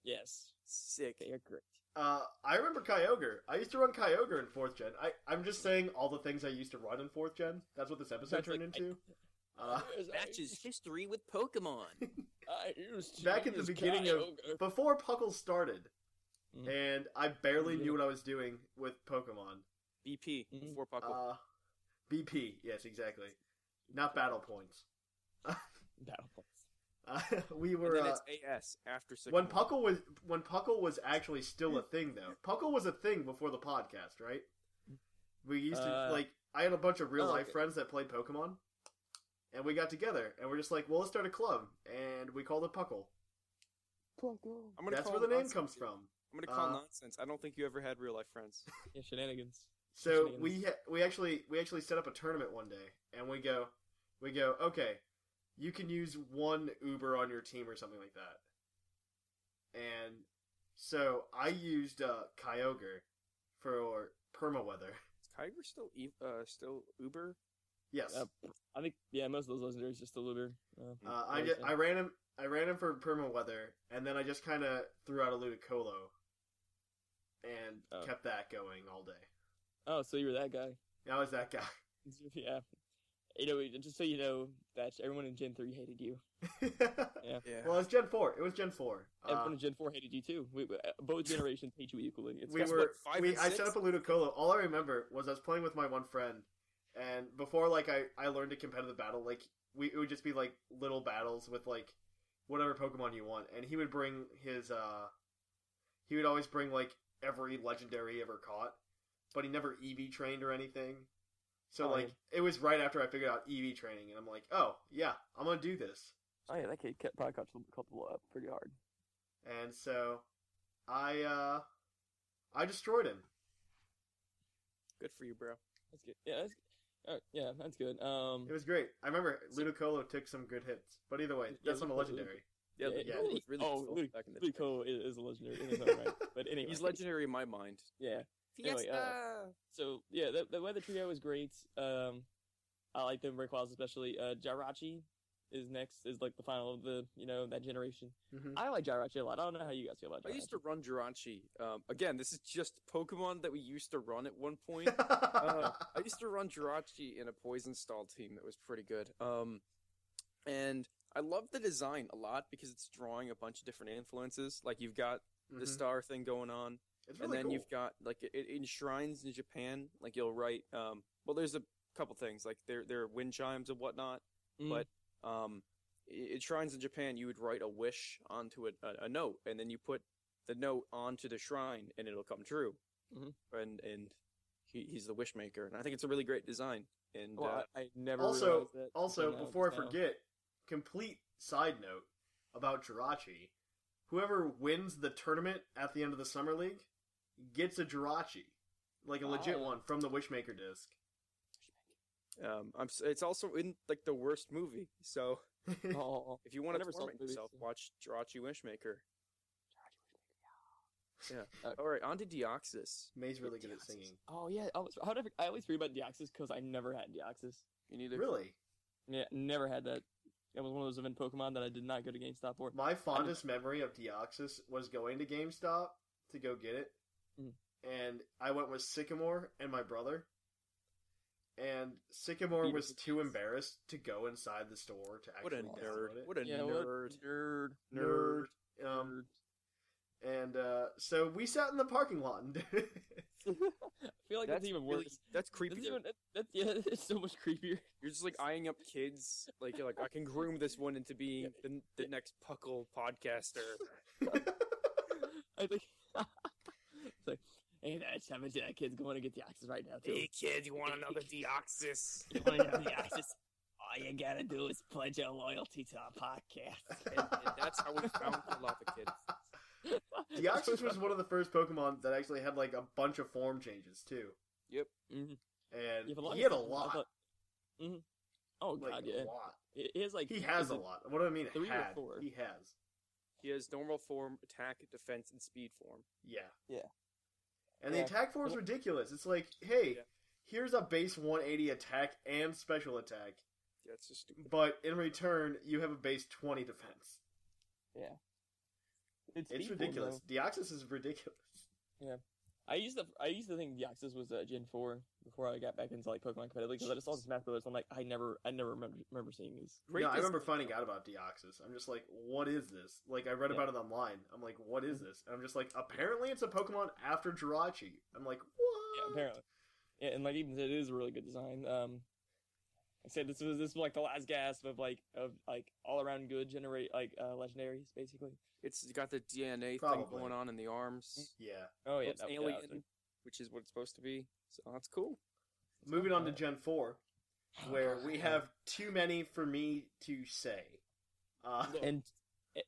Yes, sick. they are great. Uh, I remember Kyogre. I used to run Kyogre in fourth gen. I I'm just saying all the things I used to run in fourth gen. That's what this episode That's, like, turned into. uh, Yes, I Batch's used- history with Pokemon. I used to back at the use beginning of Kyogre. before Puckle started, Mhm. and I barely Yeah. knew what I was doing with Pokemon. BP Mhm. before Puckle. Uh, BP, yes, exactly. Not battle points. Battle Points. Uh, we and were then uh, it's AS after six. when Puckle was when Puckle was actually still a thing though. Puckle was a thing before the podcast, right? We used to Uh, like I had a bunch of real oh, life okay. friends that played Pokemon, and we got together and we're just like, well, let's start a club, and we called it Puckle. I'm gonna That's call where the name nonsense, comes dude. from. I'm gonna call Uh, nonsense. I don't think you ever had real life friends. Yeah, shenanigans. So Shenanigans. we ha- we actually we actually set up a tournament one day, and we go we go okay, you can use one Uber on your team or something like that. And so I used uh, Kyogre for permaweather. Is Kyogre still e- uh, still Uber? Yes, Uh, I think yeah, most of those legendaries just a little bit. Uh, uh, I ju- I ran him I ran him for permaweather, and then I just kind of threw out a Ludicolo, and Oh. kept that going all day. oh, so you were that guy. That was that guy. Yeah. You know, just so you know, that everyone in Gen 3 hated you. Yeah. Well, it's Gen Four. It was Gen Four. Uh, Everyone in Gen 4 hated you too. We, we- both generations hate you equally. It's we kinda- were what, five we, and I six? set up a Ludicolo. All I remember was I was playing with my one friend, and before like I I learned to competitive battle, like we it would just be like little battles with like whatever Pokemon you want, and he would bring his uh he would always bring like every legendary he ever caught, but he never EV trained or anything. So Oh, like it was right after I figured out EV training, and I'm like, oh yeah, I'm gonna do this. Oh yeah, that kid kept probably caught a couple up pretty hard. and so I uh I destroyed him. Good for you, bro. That's good. Yeah, that's uh, yeah, that's good. Um, It was great. I remember Ludicolo took some good hits, but either way, that's not a legendary. Yeah, yeah, yeah. Ludicolo was really oh, cool Ludi- back in the day. Ludicolo is, is a legendary in his own right. But anyway, He's legendary in my mind. Yeah. Anyway, uh, so yeah, the, the weather trio is great. Um, I like the Rayquaza especially. Uh, Jirachi is next. Is like the final of the you know that generation. Mhm. I like Jirachi a lot. I don't know how you guys feel about I Jirachi. used to run Jirachi. Um, again, this is just Pokemon that we used to run at one point. uh, I used to run Jirachi in a poison stall team that was pretty good. Um, and I love the design a lot because it's drawing a bunch of different influences. Like you've got the Mhm. star thing going on, and It's really then cool. you've got like it, it enshrines in Japan. Like you'll write. Um, well, there's a couple things like their their wind chimes and whatnot. Mm, But um, i- at shrines in Japan, you would write a wish onto a, a, a note, and then you put the note onto the shrine, and it'll come true. Mhm. And and he, he's the wish maker, and I think it's a really great design. And Well, uh, I, I never also, realized that also until now, before I so. forget, complete side note about Jirachi. Whoever wins the tournament at the end of the summer league gets a Jirachi, like a legit Ah. one from the Wishmaker disc. um, I'm, s- it's also in like the worst movie. So Oh, if you want I to never saw torment the movie, yourself, so- watch Jirachi Wishmaker. Yeah. All right, on to Deoxys. May's really good at singing. oh yeah. I was, how did I, I always read about Deoxys because I never had Deoxys. You need to Really, Yeah, never had that. It was one of those event Pokemon that I did not go to GameStop for. my fondest memory of Deoxys was going to GameStop to go get it, Mm. Hmm. and I went with Sycamore and my brother. And Sycamore Beat was it to too death. embarrassed to go inside the store to What a actually download nerd! it. What a yeah, what nerd! nerd, nerd. Um, and uh, so we sat in the parking lot and did it. I feel like that's, even worse. really- that's creepy. That's even that- that's yeah, it's so much creepier. You're just like eyeing up kids. Like you're like, I can groom this one into being the, the next puckle podcaster. I think. it's like, hey, that's how much that kid's going to get the axes right now too. kid, you want another Deoxys? You wanna get the axes? All you gotta do is pledge your loyalty to our podcast. and, and that's how we found the lava kid. Deoxys was one of the first Pokemon that actually had like a bunch of form changes too, Mhm. and he Yeah, for the longest had a time, I lot. thought- Mhm. Oh like, god, a yeah. lot. He he has like He has is a it- lot. What do I mean? three or had? four? He has. He has normal form, attack, defense, and speed form. Yeah. Yeah. And Yeah. the attack form is ridiculous. It's like, hey, Yeah. here's a base 180 attack and special attack, Yeah, it's just stupid. but in return you have a base 20 defense. It's speedball, ridiculous. though. Deoxys is ridiculous. I used to I used to think Deoxys was uh, Gen four before I got back into like Pokemon competitively because I just saw this Smash Brothers. I'm like, I never I never remember, remember seeing these. Great no, I dis- remember finding out about Deoxys. I'm just like, what is this? Like, I read Yeah. Mm-hmm. about it online. I'm like, what is this? And I'm just like, apparently it's a Pokemon after Jirachi. I'm like, what? Yeah, apparently. Yeah, and like even it is a really good design. Um, I said this was this was like the last gasp of like of like all around good generate like uh, legendaries basically. It's got the DNA thing Probably. Mm. going on in the arms. Yeah. Oh yeah, Looks that- that was alien, it. which is what it's supposed to be. So that's cool. Moving on to Gen 4, Oh, where we have too many for me to say. Uh, and. uh,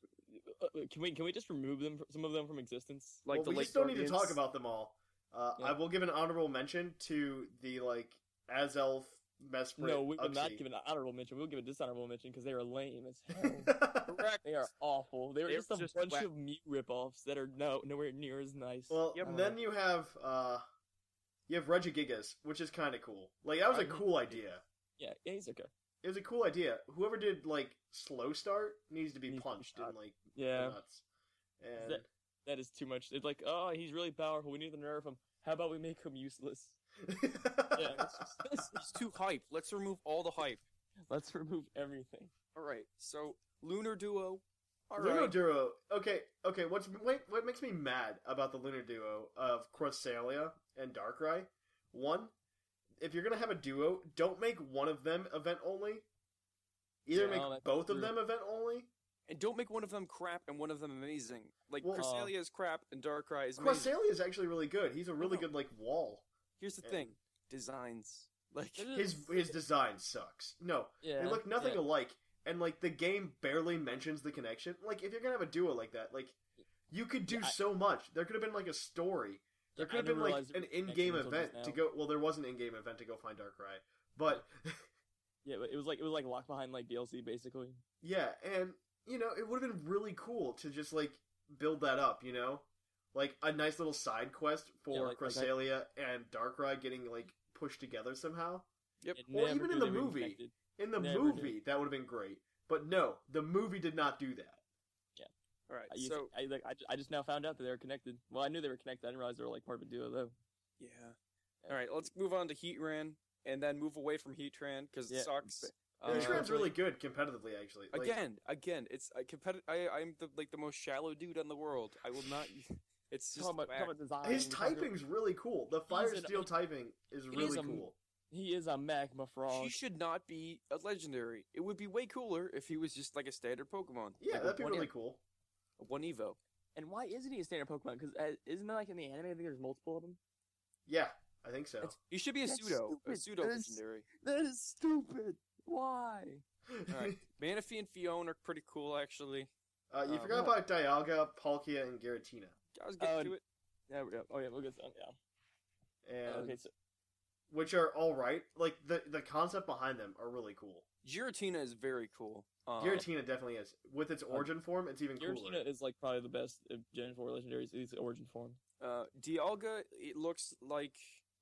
uh, Can we can we just remove them fr- some of them from existence? Like well, the we late just don't need to talk Guardians. about them all. Uh, Yeah. I will give an honorable mention to the, like, Azelf Mesprit. no, we will not Uxie. give an honorable mention. We'll give a dishonorable mention because they are lame as hell. They are awful. They're, They're just a just bunch whack. of mute ripoffs that are no nowhere near as nice. Well, Yep. and then you have uh, you have Regigigas, which is kind of cool. Like that was a I- cool idea. yeah, yeah, he's okay. It was a cool idea. Whoever did like slow start needs to be Needs to be punched in shot. like the Yeah, nuts. And that- that is too much. It's like, oh, he's really powerful. We need to nerf him. How about we make him useless? Yeah, it's just- He's too hype. Let's remove all the hype. let's remove everything. All right. So Lunar Duo. All right. Lunar Duo. Okay, okay. What's wait, what makes me mad about the Lunar Duo of Cresselia and Darkrai? One, if you're gonna have a duo, don't make one of them event only. Either Yeah, make oh, that's both of true. them event only. And don't make one of them crap and one of them amazing. Like Well, uh, Cresselia is crap and Darkrai is amazing. Cresselia is actually really good. He's a really know. good like wall. Here's the Yeah. thing: designs. Like His his design sucks. No, Yeah, they look nothing yeah. alike, and like the game barely mentions the connection. Like if you're gonna have a duo like that, like you could do Yeah, I- so much. There could have been like a story. There could have been like an in-game event to go. Well, there was an in-game event to go find Darkrai, but Yeah, but it was like it was like locked behind like DLC basically. yeah, and you know it would have been really cool to just like build that up. You know, like a nice little side quest for Yeah, like- like I- Cresselia and Darkrai getting like pushed together somehow. Yep. It Or never even in could the have been movie. connected. In the Never movie, did. that would have been great. But no, the movie did not do that. all right. I, used to- So I, like, I, ju- I just now found out that they were connected. Well, I knew they were connected. I didn't realize they were like part of a duo though. yeah. All right. Let's move on to Heatran and then move away from Heatran because it Yeah. sucks. Um, Uh, Heatran's Heatran's really good competitively, actually. Like, again, again, it's I competitive. I I'm the like the most shallow dude in the world. I will not. It's just Talking about, whack. talking about design. his we're talking about- typing's really cool. The fire an- steel typing is is really a- cool. He is a magma frog. He should not be a legendary. It would be way cooler if he was just like a standard Pokemon. Yeah, like a that'd be one really ev- cool. a One Evo. And why isn't he a standard Pokemon? Because uh, isn't there like in the anime? I think there's multiple of them. Yeah, I think so. That's- He should be a That's pseudo. A stupid. pseudo That's- legendary. That is stupid. Why? Alright. Manaphy and Fion are pretty cool actually. uh, you Um, forgot about Dialga, Palkia, and Giratina. I was getting Uh, to it. Yeah, we go. Oh yeah, we'll get some. Yeah. And okay. So which are all right. Like the the concept behind them are really cool. Giratina is very cool. Um, Giratina definitely is. With its origin form, it's even cooler. Giratina is like probably the best of Gen Four legendaries. It's origin form. Uh, Dialga, it looks like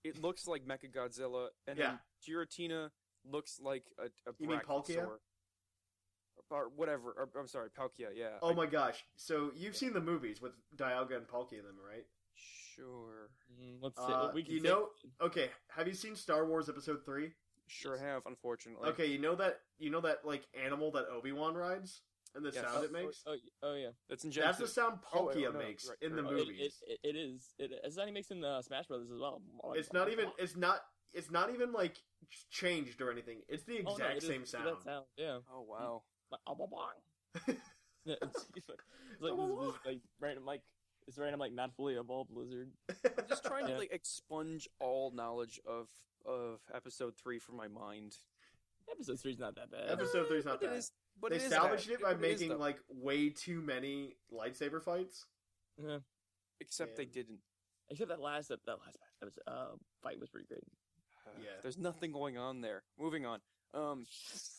it looks like Mechagodzilla, and then Giratina looks like a, a You mean Brachiosaur. Palkia? or whatever. Or, I'm sorry, Palkia. Yeah. oh I- my gosh! So you've seen the movies with Dialga and Palkia in them, right? Sure, Mm, let's see. Uh, we can you say- know, okay. Have you seen Star Wars Episode Three? sure have. Unfortunately. Okay, you know that you know that like animal that Obi Wan rides and the Yes. sound Oh, it makes. Oh, oh, yeah. That's in That's the Genesis. sound Oh, wait, Palkia no, makes right, in the right, Oh, right. it, movies. it, it, it is. It, it's not he makes in the Smash Brothers as well. oh, it's not even. It's not. It's not even like ch- changed or anything. It's the Oh, no, exact it is- same it's sound. That sound. Yeah. oh wow. Like, oh, bah, bah. Yeah, it's, it's like, it's like this, Oh, this like random like it's random like not fully evolved lizard. I'm just trying to Yeah. like expunge all knowledge of of episode three from my mind. Episode three's not that bad. Episode three's not But bad. it is. But they it is salvaged bad. it by But is, making though. like way too many lightsaber fights. Yeah. Except they didn't. Except that last that, that last episode, uh, fight was pretty great. Yeah. There's nothing going on there. Moving on. Um.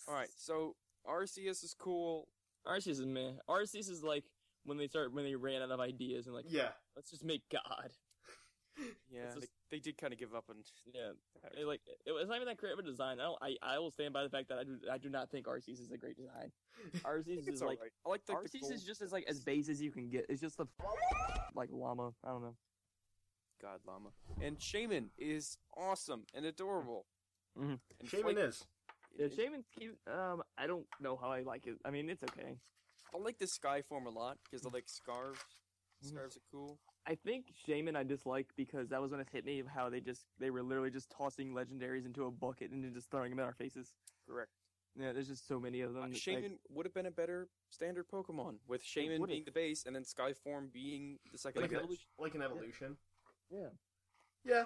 All right. So Arceus is cool. Arceus is man. Arceus is like when they start when they ran out of ideas and like Yeah, let's just make God. Yeah. It's they, just- they did kind of give up and. Yeah, it, like it, it's not even that creative a design. I, don't, I I will stand by the fact that I do I do not think Arceus is a great design. Arceus It's is all like right. I like the, the Arceus gold- is just as like as base as you can get. It's just the like llama. I don't know. God llama. And Shaman is awesome and adorable. Mhm. And Shaman Flake- is. Yeah, it- Shaman's cute. Um, I don't know how I like it. I mean, it's okay. I like the sky form a lot because I like scarves. Mhm. Scarves are cool. I think Shaman I dislike because that was when it hit me of how they just they were literally just tossing legendaries into a bucket and then just throwing them in our faces. Correct. Yeah, there's just so many of them. Uh, like- Shaman would have been a better standard Pokemon with Shaman would've. being the base and then Skyform being the second. Like an, evolution. like an evolution. Yeah. Yeah.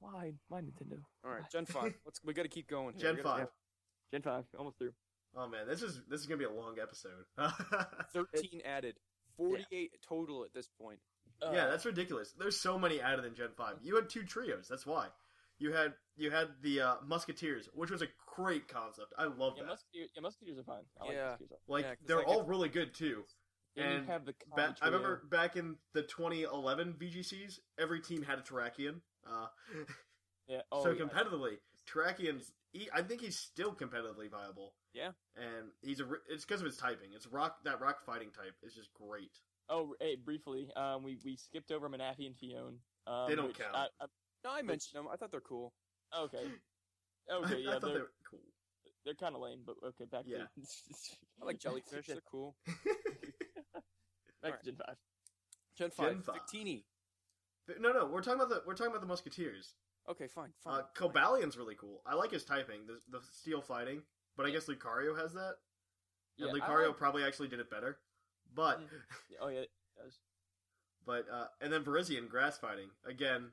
why? Why Nintendo? All right, Gen Five. Let's we got to keep going. Here. Gen We gotta- five. Gen five, almost through. Oh man, this is this is gonna be a long episode. Thirteen added, forty-eight total at this point. yeah, that's ridiculous. There's so many added in Gen Five. You had two trios. That's why you had you had the uh, Musketeers, which was a great concept. I love Uh, yeah. that. Musketeers, yeah, Musketeers are fine. I like Yeah. Musketeers. like yeah, 'cause, they're like, all it's- really good too. And, And you have the Ba- Kali I trio. remember back in the 2011 VGCs, every team had a Terrakion. Uh, Yeah. Oh, so yeah. competitively, Terrakion's. He, I think he's still competitively viable. Yeah. and he's a. re- It's because of his typing. It's rock. That rock fighting type is just great. Oh, hey, briefly, um, we we skipped over Manafi and Fion. Um, They don't which count. I, I, No, I mentioned them. I thought they're cool. Okay. I- Okay, I, yeah, thought they they're, were cool. they're kind of lame, but okay, back Yeah. to I like jellyfish. They're cool. back Alright. to Gen 5. Gen Five. E. Gen five. Victini. But no, no, we're talking about the we're talking about the Musketeers. Okay, fine, fine. Uh, Cobalion's really cool. I like his typing, the, the steel fighting. But I guess Lucario has that, Yeah, and I Lucario like- probably actually did it better. But yeah, oh yeah, that was- But uh, and then Verizian grass fighting again.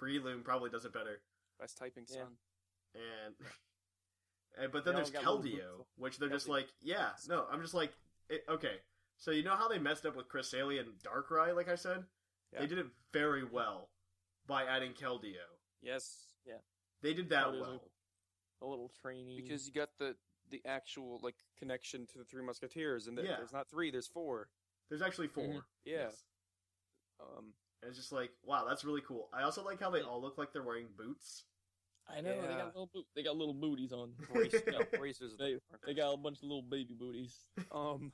Breloom probably does it better. Best typing Yeah. son. And, and but then They all there's got little Keldeo, roots. which they're just Keldeo. like, yeah, no, I'm just like, it, okay. So you know how they messed up with Cresselia and Darkrai, like I said, Yeah. they did it very well by adding Keldeo. Yes, They did that Keldeo's well. a little trainee. because you got the the actual like connection to the Three Musketeers, and the, Yeah. there's not three, there's four. There's actually 4 Mm-hmm. Mhm. Yeah. Yes. Um, And it's just like, wow, that's really cool. I also like how they all look like they're wearing boots. I know they Yeah. got little boot, they got little booties on. Maurice, no, Maurice was They they got a bunch of little baby booties. um.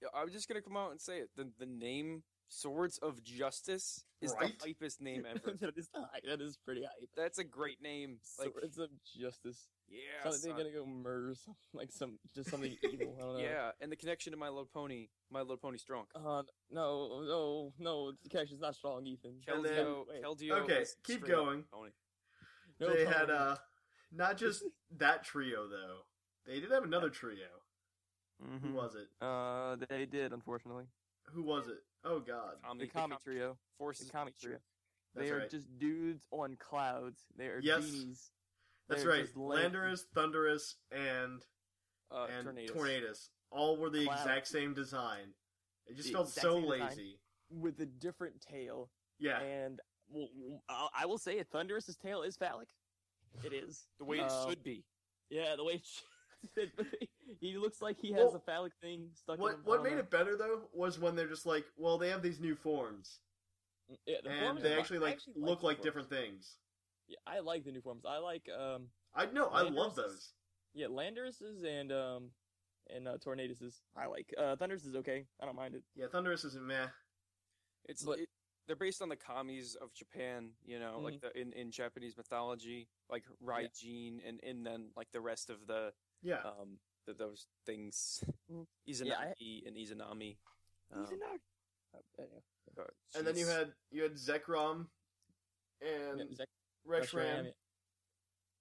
yeah, I'm just gonna come out and say it. The the name Swords of Justice is Right? the hypest name ever. that is high. That is pretty hype. That's a great name. Like, Swords of justice. yeah, Sounds like uh, son. they're gonna go murder some like some just something evil. I don't know. yeah, and the connection to My Little Pony. My Little Pony's drunk. Uh, no, no, no. The connection's not strong, Ethan. And then- Keldeo, Wait. Keldeo Okay, is keep straight up going. Pony. No they problem. had uh Not just that trio though. They did have another trio. Who Mhm. was it? Uh, they did, unfortunately. Who was it? Oh God. The comic trio. Forces The comic trio. They That's are right. just dudes on clouds. They are Yes. beanies. That's they're right. just la- Landorus, Thunderous, and Uh, and tornadoes. Tornadus all were the Cloud. exact same design. It just The felt exact so same design. lazy. With a different tail. Yeah. And well, I'll- I will say, Thunderous's tail is phallic. It is. The way Uh, it should be. Yeah, the way it should. he looks like he has Well, a phallic thing stuck in him. What I what don't made know. it better though was when they're just like, well, they have these new forms, Yeah, the and forms they are- actually I like look the like forms. different things. Yeah, I like the new forms. I like um I know, I love Landorus's- those. yeah Landorus's and um and uh, Tornadus's. I like uh Thunder's is okay. I don't mind it. Yeah, Thunderous is meh. It's But- it, they're based on the commies of Japan, you know, like the in, in Japanese mythology, like Raijin, and and then like the rest of the Yeah, Oh, um th those things, Mhm. Izanagi Yeah, I- and Izanami. He's Um, a knock. Uh, anyway. uh, and then you she's- had you had Zekrom and Yeah, Zach- Reshram. Reshram, yeah.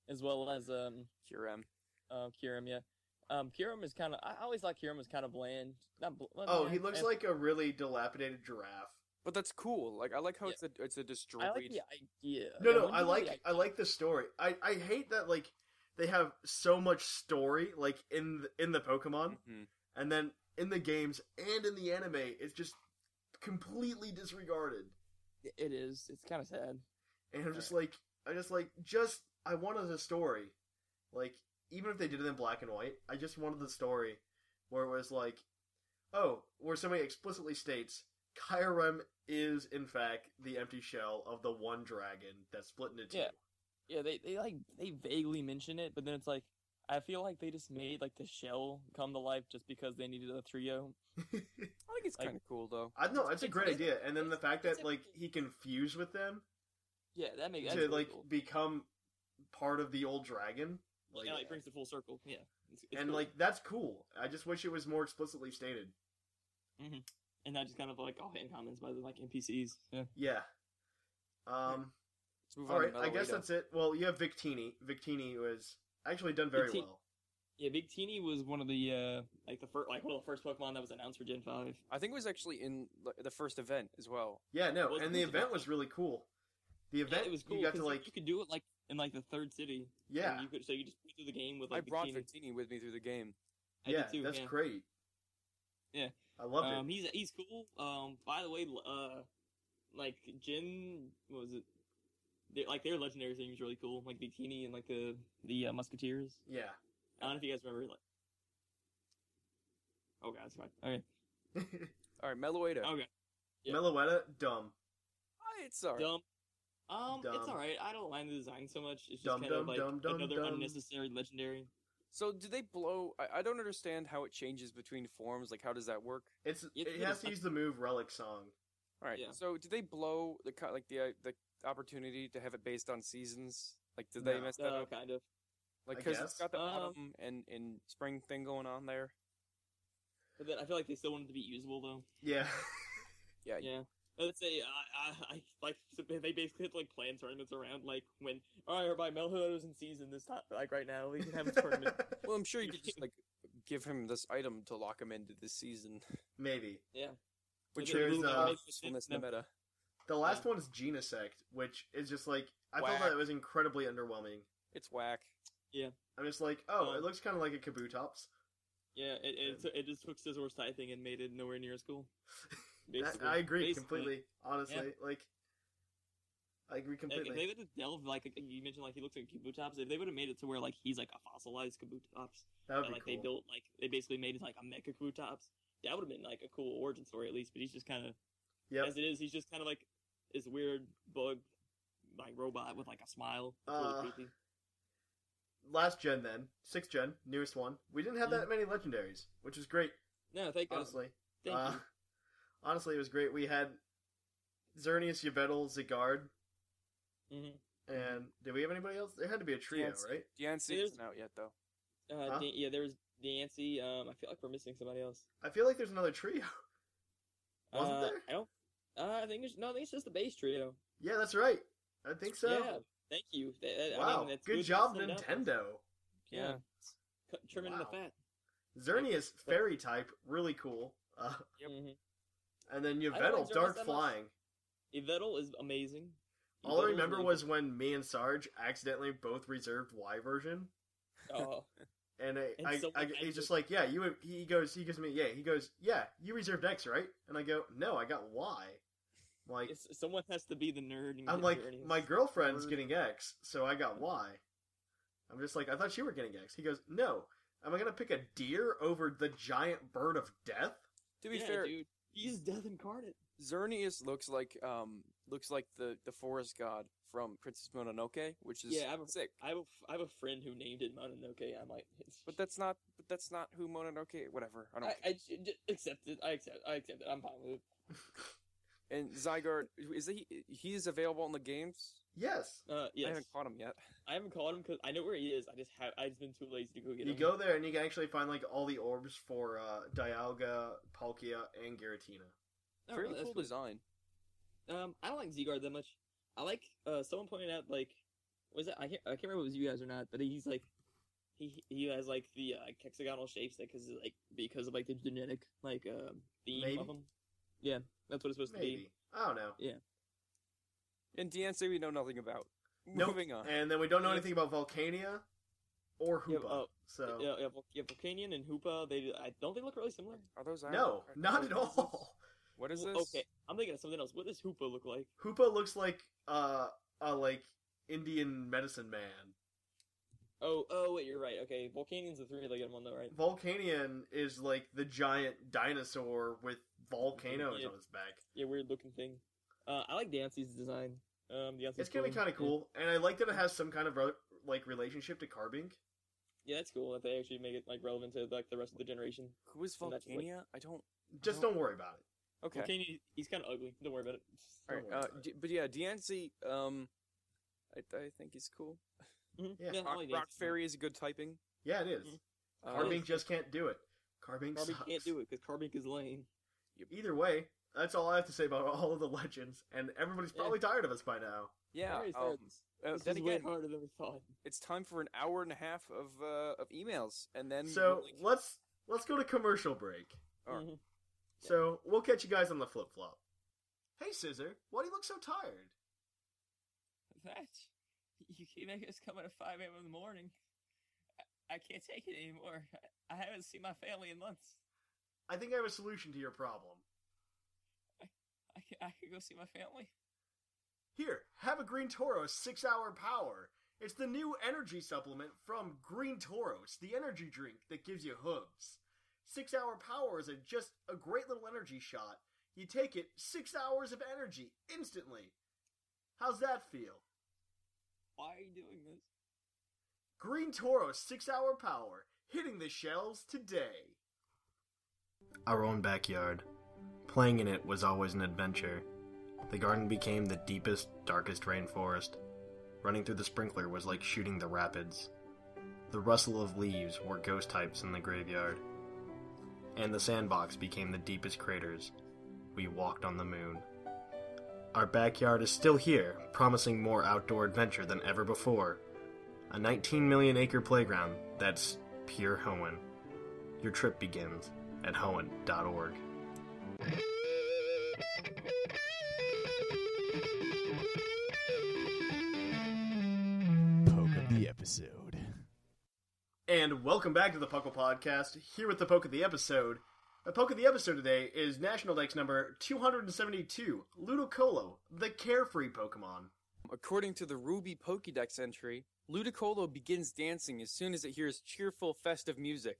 as well as um Kyurem. uh, Kirim. Yeah, um Kirim is kind of. I always thought Kirim was kind of bland. Not bl- not Oh, he bland, looks and like a really dilapidated giraffe. But that's cool. Like I like how Yeah. it's a it's a destroyed. I like the idea. No, Yeah, no, when I you really- like I like the story. I I hate that like they have so much story like in the, in the Pokemon. Mhm. and then in the games and in the anime, it's just completely disregarded. It is. It's kind of sad. And I'm just like, I just like, just I wanted a story. Like even if they did it in black and white, I just wanted the story where it was like, oh, where somebody explicitly states Kyurem is in fact the empty shell of the one dragon that's split into two. Yeah. Yeah, they, they like they vaguely mention it, but then it's like I feel like they just made like the shell come to life just because they needed a trio. I think it's like- kind of cool though. I know it's a It's- great it's- idea, and then the fact it's that a- like he can fuse with them Yeah, that makes to like become part of the old dragon, Like, and, like, brings it full circle. Yeah, It's- it's and cool. like that's cool. I just wish it was more explicitly stated. and that just kind of like all hand comments by the like NPCs. Yeah, Yeah. Um. Let's move All on. right. to I guess Meloeda. that's it. Well, you have Victini. Victini was actually done very Victini- well. yeah. Big Teeny was one of the uh like the first like one of the first Pokemon that was announced for Gen Five. I think it was actually in like, the first event as well. Yeah. No. Well, And the it's- event was really cool. The Yeah, event it was cool. You got 'cause, to like. you could do it like in like the third city. Yeah. And you could so you just play through the game with I like brought Big Teeny. Victini with me through the game. I yeah. did too, that's yeah. great. Yeah. I loved um, it. He's he's cool. Um, by the way, uh, like Jin, what was it? Their like their legendary thing was really cool, like Bikini and like the the uh, Musketeers. Yeah. I don't know if you guys remember. Like, oh god, it's fine. Okay, All right, Meloeda. okay. Yeah. Meloetta, dumb. Ah, it's alright. Dumb. Um, Dumb. it's all right. I don't mind the design so much. It's just Dumb, kind dumb, of like dumb, dumb, another dumb. unnecessary legendary. So do they blow? I, I don't understand how it changes between forms. Like, how does that work? It's It's it good has to as- use the move Relic Song. All right. Yeah. So do they blow the co- like the uh, the opportunity to have it based on seasons? Like, did they No. mess that Uh, up? kind of. Like, I because guess. it's got the Um, autumn and and spring thing going on there. But then I feel like they still wanted to be usable though. Yeah. Yeah. Yeah. Let's say I, I, I like so they basically had to, like plan tournaments around like when all right, everybody, Melhodo's in season this time, like right now, we can have a tournament. Well, I'm sure you could just like give him this item to lock him into this season. Maybe. yeah, Which Maybe there's, we'll uh, make this Usefulness in no- the meta. The last one is Genesect, which is just like I Whack. felt that it was incredibly underwhelming. It's whack. I'm just like, oh, Um, it looks kind of like a Kabutops. Yeah, it, it, it just took Scissor's tie thing and made it nowhere near as cool. That- Basically. I agree Basically. completely. Honestly, like, I agree Like, if they completely. would have delved like you mentioned, like he looks like Kabutops. If they would have made it to where like he's like a fossilized Kabutops, That would and, be like cool. they built like they basically made it like a mecha Kabutops, that would have been like a cool origin story at least. But he's just kind of yep. as it is. He's just kind of like this weird bug like robot with like a smile. It's Uh, really creepy. Last gen, then sixth gen, newest one. We didn't have that many legendaries, which is great. No, thank God. Honestly, Thank Uh, you. honestly, it was great. We had Xerneas, Yveltal, Zigard, Mhm. and did we have anybody else? There had to be a trio, Yes. right? Deancey There's- isn't out yet though. Uh, Huh? Dan- yeah, there was Dancy. Um, I feel like we're missing somebody else. I feel like there's another trio. Wasn't uh, there? I don't. Uh, I think it's no. I think it's just the base trio. Yeah, that's right. I think so. yeah, Thank you. That- that- I Wow, mean, that's good, good job, summed up. Nintendo. Yeah, Cut- trimming the Wow. fat. Xerneas, fairy type, really cool. Uh, Yep. Mhm. and then I don't Yveltal, enjoy dark that much. flying. Yveltal is amazing. All Yveltal I is remember really was when me and Sarge accidentally both reserved Y version, good. Oh, and, I, And I, someone I, he's actually- just like, "Yeah, you." He goes, he gives me, "Yeah." He goes, "Yeah, you reserved X, right?" And I go, "No, I got Y." I'm like, it's- someone has to be the nerd. and I'm get like, Xerneas. my girlfriend's Word. getting X, so I got Y. I'm just like, I thought you were getting X. He goes, No. Am I gonna pick a deer over the giant bird of death? To be Yeah, fair, dude, he's death incarnate. Xerneas looks like um looks like the the forest god from Princess Mononoke, which is Yeah, I'm- sick. I have a, f- I have a friend who named it Mononoke. I'm like, But that's not but that's not who Mononoke. Whatever, I don't. I, I j- j- accept it. I accept. I accept it. I'm fine with it. care. And Zygarde is he? He is available in the games. Yes. Uh, yes, I haven't caught him yet. called him because I know where he is. I just have. I've been too lazy to go get You him. go there and you can actually find like all the orbs for uh Dialga, Palkia, and Giratina. Oh, Very really? That's cool design. Um, I don't like Zegard that much. I like uh someone pointed out like was that I can't I can't remember if it was you guys or not, but he's like he he has like the uh, hexagonal shapes like because like because of like the genetic like um theme Maybe. of them. Yeah, that's what it's supposed to be. Maybe. I don't know. And Diancie, we know nothing about. Nope. Moving on. And then we don't know anything about Volcania or Hoopa. Yeah, uh, so Yeah, yeah, Vol- yeah, Volcanion and Hoopa. They I don't they look really similar. Are those No, Iron- not what at is this? all. What is Well, this? Okay, I'm thinking of something else. What does Hoopa look like? Hoopa looks like uh a like Indian medicine man. Oh, oh wait, you're right. Okay, Volcanion's the three-legged one though, right? Volcanion is like the giant dinosaur with volcanoes Yeah. on its back. Yeah, weird looking thing. Uh, I like Dancy's design. Um, Dancy's It's gonna be kind of cool, and I like that it has some kind of re- like relationship to Carbink. Yeah, that's cool that they actually make it like relevant to like the rest of the generation. Who is And that's like- Volcania? I don't. Just Oh. don't worry about it. Okay. Okay. he's kind of ugly. Don't worry about it. All right. Don't worry Uh, about it. D- but yeah, Diancie. Um, I, I think he's cool. Mhm. Yeah. I Rock, like Rock Dancy. Fairy is good typing. Yeah, it is. Mhm. Uh, Carbink just can't do it. Carbink, Carbink sucks. can't do it because Carbink is lame. Either way, that's all I have to say about all of the legends, and everybody's Yeah. probably tired of us by now. Yeah. Fairy's Um, fairies. uh, this then is again, way harder than we thought. it's time for an hour and a half of uh, of emails, and then So we'll link- let's let's go to commercial break. All right. Mhm. So we'll catch you guys on the flip flop. Hey, Scissor, why do you look so tired? Mm-hmm. That you keep making us come at five a.m. in the morning. I, I can't take it anymore. I, I haven't seen my family in months. I think I have a solution to your problem. I can, I could go see my family. Here, have a Green Toro 6 Hour Power. It's the new energy supplement from Green Toros, the energy drink that gives you hooves. 6 Hour Power is a, just a great little energy shot. You take it, 6 hours of energy instantly. How's that feel? Why are you doing this? Green Toro 6 Hour Power, hitting the shelves today. Our own backyard. Playing in it was always an adventure. The garden became the deepest, darkest rainforest. Running through the sprinkler was like shooting the rapids. The rustle of leaves were ghost types in the graveyard. And the sandbox became the deepest craters. We walked on the moon. Our backyard is still here, promising more outdoor adventure than ever before a 19 million acre playground that's pure Hoenn. Your trip begins at Hoenn.org. Poke of the episode. And welcome back to the Puckle Podcast, here with the Poke of the Episode. The Poke of the Episode today is National Dex number 272, Ludicolo, the carefree Pokemon. According to the Ruby Pokédex entry, Ludicolo begins dancing as soon as it hears cheerful, festive music.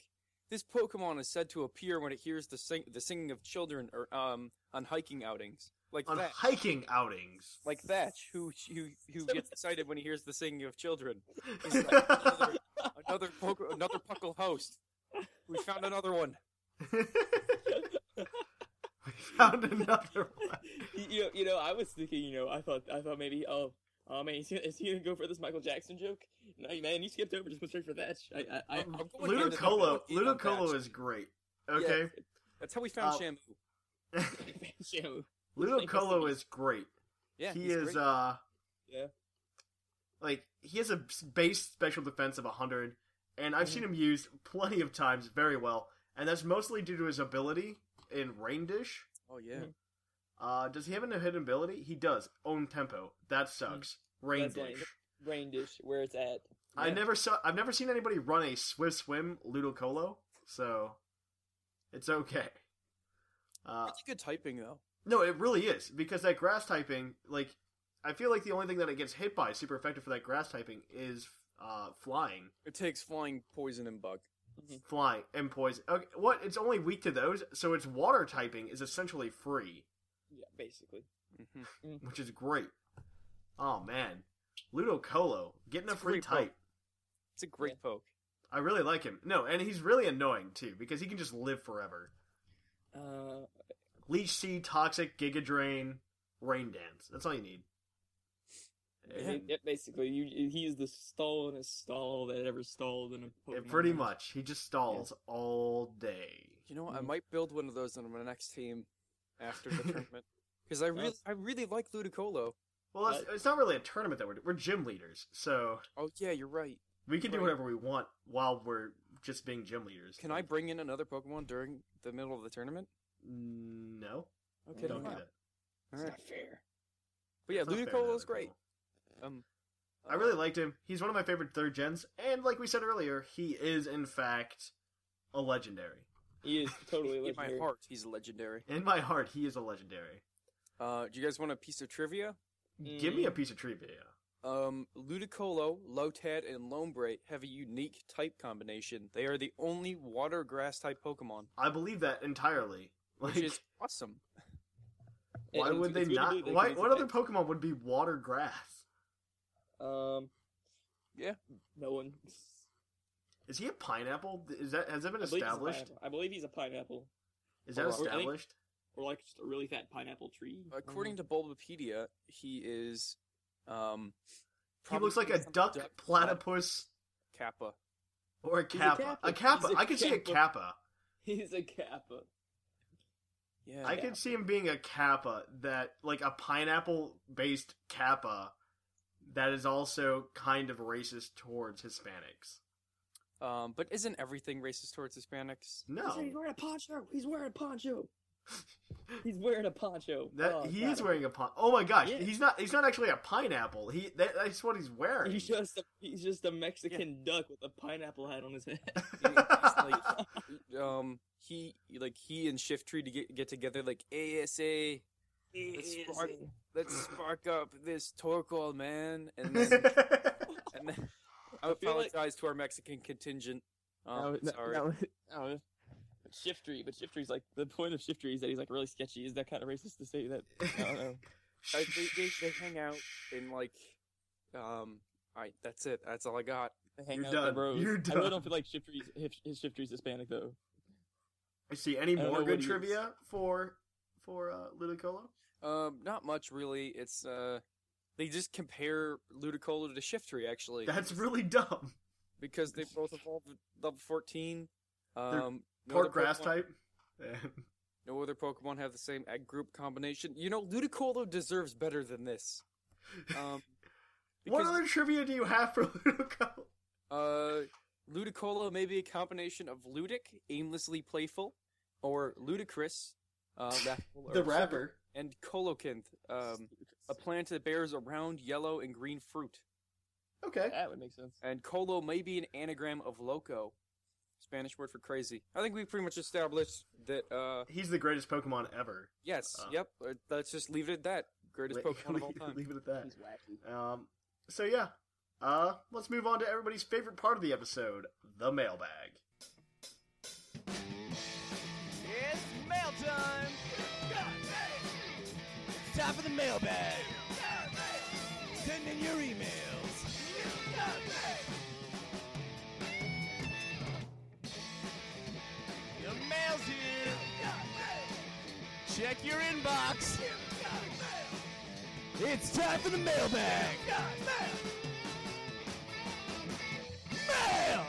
This Pokemon is said to appear when it hears the sing- the singing of children or um on hiking outings, like On that, hiking outings. like Thatch, who who who gets excited when he hears the singing of children. Another poke- another Puckle host. We found another one. we found another one. You- you know, you know, I was thinking, you know, I thought, I thought maybe, oh, oh man, is he, is he gonna go for this Michael Jackson joke? No, man, you skipped over, just went straight for that. I, I, I, I'm going down the Ludicolo, Pokemon game on Ludicolo Thatch. is great. Okay? That's how we found Uh, Shamu. Shamu. Ludicolo is great. Yeah, he he's is great. uh Yeah. Like he has a s- base special defense of 100, and I've Mm-hmm. seen him used plenty of times very well, and that's mostly due to his ability in rain dish. Oh yeah. Uh, does he have an hidden ability? He does. Own tempo. Mm. That sucks. Rain That's lame. dish. Rain dish, where it's at. I Yeah. never saw. I've never seen anybody run a Swiss swim Ludicolo, so it's okay. Uh, Pretty good typing though. no, it really is because that grass typing, like, I feel like the only thing that it gets hit by super effective for that grass typing is uh, flying, It takes flying, poison, and bug. flying and poison. Okay, what? It's only weak to those, so its water typing is essentially free, Yeah, basically. Mhm. which is great. Oh man, Ludicolo getting a It's a free great poke. type. It's a great Yeah. poke. I really like him. No, and he's really annoying too because he can just live forever. Uh, Leech Seed, Toxic, Giga Drain, Rain Dance. That's all you need. yeah. And- basically, you, he's the stallingest stall that ever stalled in a and Pokemon pretty match. much, he just stalls all day. You know, what? I Mm-hmm. Mhm. might build one of those on my next team after the tournament because I really, I really like Ludicolo. Well, it's, it's not really a tournament that we're we're gym leaders, so Oh yeah, you're right. we can do Right. whatever we want while we're just being gym leaders. Can I bring in another Pokemon during the middle of the tournament? No, Okay, don't do wow. that. All It's right. not fair. But yeah, It's not fair to Ludicolo's other great. people. Um, I really liked him. He's one of my favorite third gens, and like we said earlier, he is in fact a legendary. He is totally uh, in my legendary. heart, he's legendary. In my heart, he is a legendary. Uh, do you guys want a piece of trivia? Give me a Mm. piece of trivia. Um, Ludicolo, Lotad, and Lombre have a unique type combination. They are the only water grass type Pokemon, I believe that entirely. Like, which is awesome. Why And would it's- they it's weird to not? believe they Why? can What other survive. Pokemon would be water grass? Um, Yeah. no one. Is he a pineapple? Is that has that been I believe he's a established? pineapple. I believe he's a pineapple, Is that Hold on. Or I think- established? or like just a really fat pineapple tree. According to Bulbapedia, he is. Um, He looks like probably a some duck, platyp- platypus, Kappa. or a He's a kappa. A kappa. kappa. He's a I could see a kappa. kappa. he's a kappa. Yeah, I could see him being a kappa that, like a pineapple-based kappa, that is also kind of racist towards Hispanics. Um, but isn't everything racist towards Hispanics? No, wearing a poncho. He's wearing a poncho. he's wearing a poncho. that Oh, he God. is wearing a pine. Oh my gosh, Yeah. he's not. He's not actually a pineapple. He that, that's what he's wearing. He's just a, he's just a Mexican duck with a pineapple hat on his head. It's like, um, he like he and Shift Tree to get get together like ASA. Let's spark, let's spark up this Torkoal man, and then, and then I I feel like- apologize to our Mexican contingent. Um, sorry. Shiftry, Oh, but Shiftry's like the point of Shiftry is that he's like really sketchy. Is that kind of racist to say that? I don't know. I- they, they, they hang out in like, um, I that's it. That's all I got. They hang You're out with their done. bros. You're I done. really don't feel like Shiftry's his- his Shiftry's Hispanic though. See any I don't more know good what he trivia for for uh, Ludicolo? Um, not much really. It's uh, they just compare Ludicolo to Shift Tree actually. That's really dumb. because they both evolved at level 14. They're Um, no Poor other grass Pokemon- type. No other Pokemon have the same egg group combination. You know, Ludicolo deserves better than this. Um, what because, other trivia do you have for Ludicolo? Uh, Ludicolo may be a combination of ludic, aimlessly playful, or ludicrous, uh, wrathful or The absurd, rapper. and colocanth, um, a plant that bears a round yellow and green fruit. Okay. That would make sense. And colo may be an anagram of loco, Spanish word for crazy. I think we pretty much established that uh, He's the greatest Pokemon ever. Yes. Uh, yep. uh, Let's just leave it at that. Greatest Le- Pokemon of all leave- time. Leave it at that. Um, so yeah. Uh, let's move on to everybody's favorite part of the episode, the mailbag. It's mail time. Time for the mailbag. Send in your emails. Your mail's here. Check your inbox. It's time for the mailbag. Mail.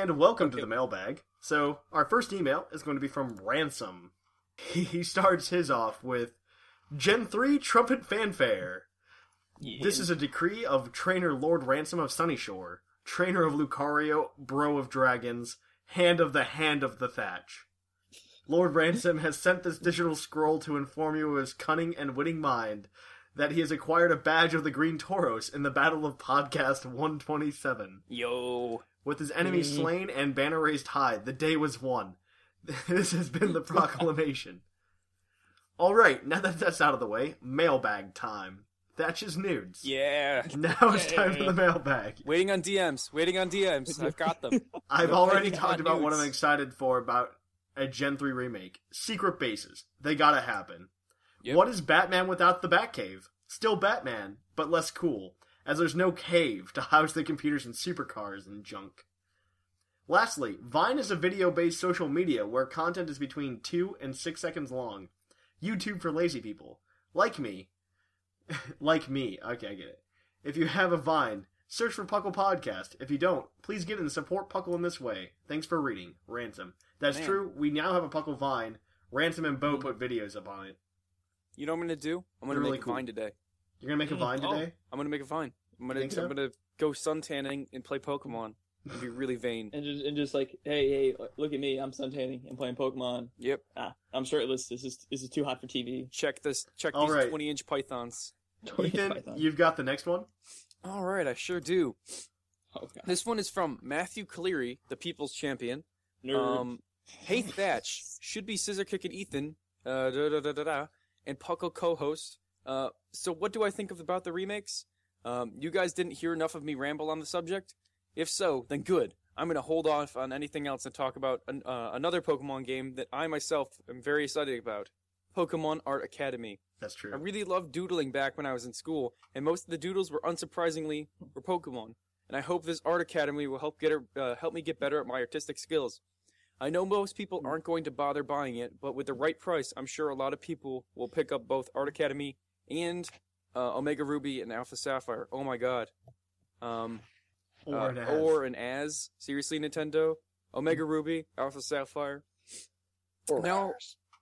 And welcome to the mailbag. So our first email is going to be from Ransom. He, he starts his off with Gen 3 trumpet fanfare. Yeah. This is a decree of Trainer Lord Ransom of Sunnyshore, Trainer of Lucario, Bro of Dragons, Hand of the Hand of the Thatch. Lord Ransom has sent this digital scroll to inform you of his cunning and witting mind that he has acquired a badge of the Green Toros in the Battle of Podcast 127. Yo. With his enemy slain and banner raised high, the day was won. This has been the proclamation. All right, now that that's out of the way, mailbag time. Thatch's nudes. Yeah. Now it's time for the mailbag. Waiting on DMs. Waiting on DMs. I've got them. I've already Hot talked about what nudes. I'm excited for about a Gen 3 remake. Secret bases. They gotta happen. Yep. What is Batman without the Batcave? Still Batman, but less cool, as there's no cave to house the computers and supercars and junk. Lastly, Vine is a video based social media where content is between 2 and 6 seconds long. YouTube for lazy people. Like me. like me. Okay, I get it. If you have a Vine, search for Puckle Podcast. If you don't, please get it and support Puckle in this way. Thanks for reading. Ransom. That's Man. Hmm. true. We now have a Puckle Vine. Ransom and Bo put videos up on it. You know what I'm gonna do? I'm gonna They're make really a cool. vine today. You're gonna make a Vine Oh, today? I'm gonna make a vine. I'm gonna think so? I'm gonna go suntanning and play Pokemon and be really vain. and just and just like, hey, hey, look at me, I'm suntanning and playing Pokemon. Yep. Ah, I'm shirtless. This is this is too hot for TV. Check this. Check All these right. 20 inch pythons. Ethan, you've got the next one? All right, I sure do. oh, God. This one is from Matthew Cleary, the People's Champion. Nerd. Um, hey Thatch should be scissor kicking Ethan. Uh, da da da da da, and Puckle co-host. Uh, so what do I think of about the remakes? Um, you guys didn't hear enough of me ramble on the subject. If so, then good. I'm gonna hold off on anything else and talk about an, uh, another Pokemon game that I myself am very excited about. Pokemon Art Academy. That's true. I really loved doodling back when I was in school, and most of the doodles were unsurprisingly were Pokemon. And I hope this art academy will help get uh, help me get better at my artistic skills. I know most people aren't going to bother buying it, but with the right price, I'm sure a lot of people will pick up both Art Academy and uh, Omega Ruby and Alpha Sapphire. Oh my god. Um, or uh, an or an as. Seriously, Nintendo? Omega Ruby, Alpha Sapphire. now,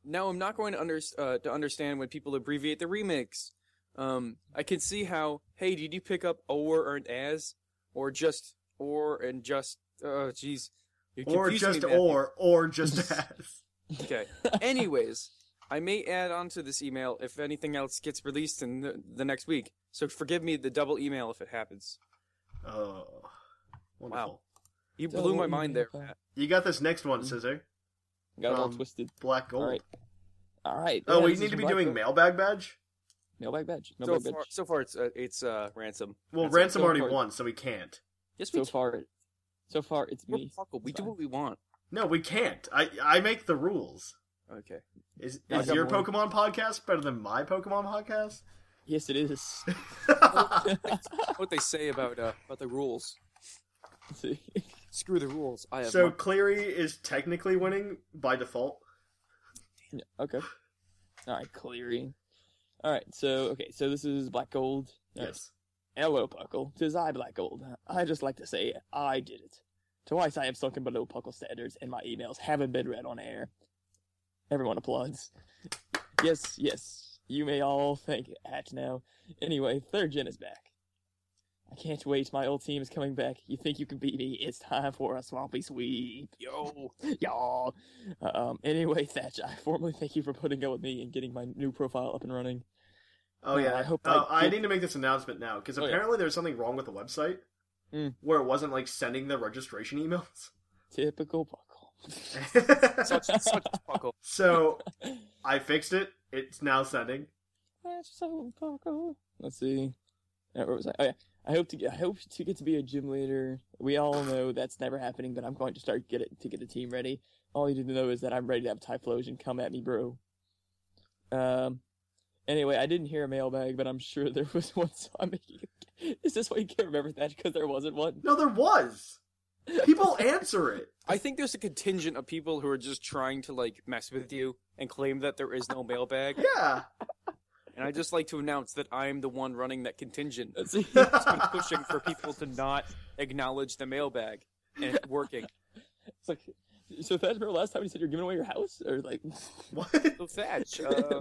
now I'm not going to under, uh, to understand when people abbreviate the remakes. Um, I can see how. Hey, did you pick up or or an as, or just or and just? Oh, jeez. You're or confusing me, just Matthew. or or just as. Okay. Anyways, I may add on to this email if anything else gets released in the, the next week. So forgive me the double email if it happens. Oh, Wow. wonderful. Hmm. You blew my mind there. Matt. You got this next one, Scissor. Got it all um, twisted. Black Gold. All right. All right. Oh, yeah, we this need is to be Black doing Gold. mailbag badge. mailbag badge. So Mailbag far, badge. so far, it's uh, it's uh, ransom. Well, That's Ransom so already hard. won, so we can't. Yes, we So far, so far it's We're me. Puckle. We do Fine. what we want. No, we can't. I I make the rules. Okay. Is I is got your one. Pokemon podcast better than my Pokemon podcast? Yes, it is. What they say about uh, about the rules? See? Screw the rules. I have. so my- Cleary is technically winning by default. Yeah, okay. All right, Cleary. All right, so okay, so this is Black Gold. All right, Yes. Hello, Puckle. Tis I, Black Gold. I just like to say I did it. Twice I have sunken below Puckle standards, and my emails haven't been read on air. Everyone applauds. Yes, yes, you may all thank Hatch now. Anyway, third gen is back. I can't wait. My old team is coming back. You think you can beat me? It's time for a swampy sweep. Yo, y'all. Um. Anyway, Thatch, I formally thank you for putting up with me and getting my new profile up and running. Oh Yeah, yeah. I hope Oh, I, I get- need to make this announcement now because Oh, yeah. apparently there's something wrong with the website Mm. where it wasn't like sending the registration Typical Puckle. emails. such such Puckle. so I fixed it. It's now sending. That's so cool. Let's see. Uh, where was I? Oh yeah. I hope to get. I hope to get to be a gym leader. We all know that's never happening, but I'm going to start get it to get a typhoon team ready. All you need to know is that I'm ready to have Typhlosion come at me, bro. Um. Anyway, I didn't hear a mailbag, but I'm sure there was one. So I'm making. Is this why you can't remember that? Because there wasn't one. No, there was. People answer it. I think there's a contingent of people who are just trying to like mess with you and claim that there is no mailbag. Yeah. And I just like to announce that I'm the one running that contingent, Let's see. pushing for people to not acknowledge the mailbag, and it's working. It's like. So that's remember last time you said you're giving away your house, or like. What? Um, So Thatch, uh,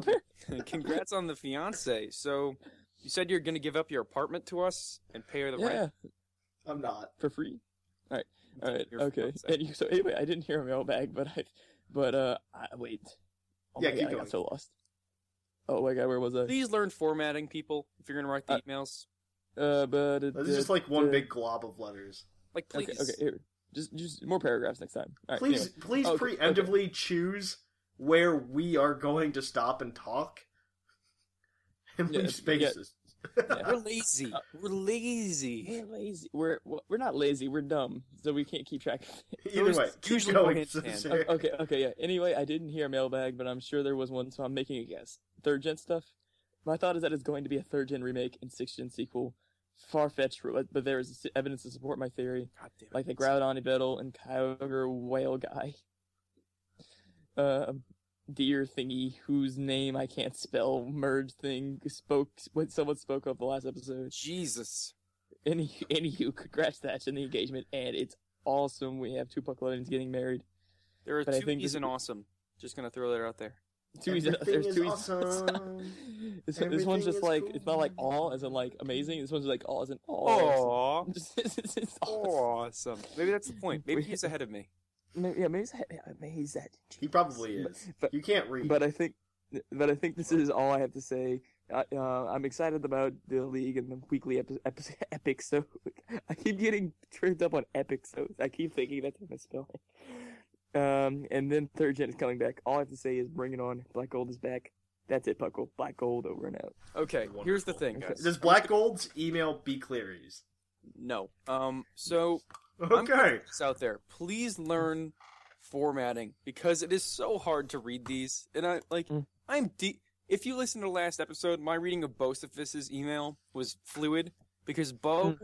congrats on the fiance. So You said you're gonna give up your apartment to us and pay her the yeah, rent. I'm not. for free. All right, all right, You're okay. fucked. And you, so anyway, I didn't hear a mailbag, but I, but uh, I, wait. Oh my Yeah, keep God, I going. got so lost. Oh my god, where was I? Please learn formatting, people. If you're gonna write the Uh, emails, Uh, but This is just like one big glob of letters. like please. Okay, okay, here. Just, just more paragraphs next time. All right, please, anyway. please Oh, okay, okay. preemptively choose where we are going to stop and talk, and Yeah, leave spaces. We're lazy. We're lazy. We're lazy. We're we're not lazy. We're dumb, so we can't keep track. of it. Either Those way, keep usually go going. hand in hand. sincere. okay, okay, yeah. Anyway, I didn't hear a mailbag, but I'm sure there was one, so I'm making a guess. Third gen stuff. My thought is that it's going to be a third gen remake and sixth gen sequel. Far fetched, but there is s- evidence to support my theory, God damn it. like the Groudon Beetle and Kyogre whale guy. Uh, deer thingy whose name I can't spell. Merge thing spoke when someone spoke of the last episode. Jesus. Any anywho, congrats to Thatch and the engagement, and it's awesome. We have two Pucklevians getting married. There are But I two think E's this- in awesome. Just gonna throw that out there. Two E's out- Everything there's is two E's awesome. this, this one's Everything just is like it's not like cool. all as in like amazing. This one's like all as in all. Aww. it's, it's, it's Awesome. awesome. Maybe that's the point. Maybe he's ahead of me. Maybe, yeah, maybe he's, maybe he's that. He probably is. But- you can't read. But uh, I think, but I think this is all I have to say. I, uh, I'm excited about the league and the weekly epi- epi- epic. So I keep getting tripped up on epic. So I keep thinking that's a misspelling. Um, and then third gen is coming back. All I have to say is bring it on. Black gold is back. That's it, Puckle. Black gold over and out. Okay, here's the thing, Okay. guys. Does Black Gold's email be Cleary's? No. Um. So I'm gonna Okay. put this out there. Please learn formatting because it is so hard to read these. And I like Mm. I'm de- if you listen to the last episode, my reading of Bocephus's email was fluid because Bo Mm.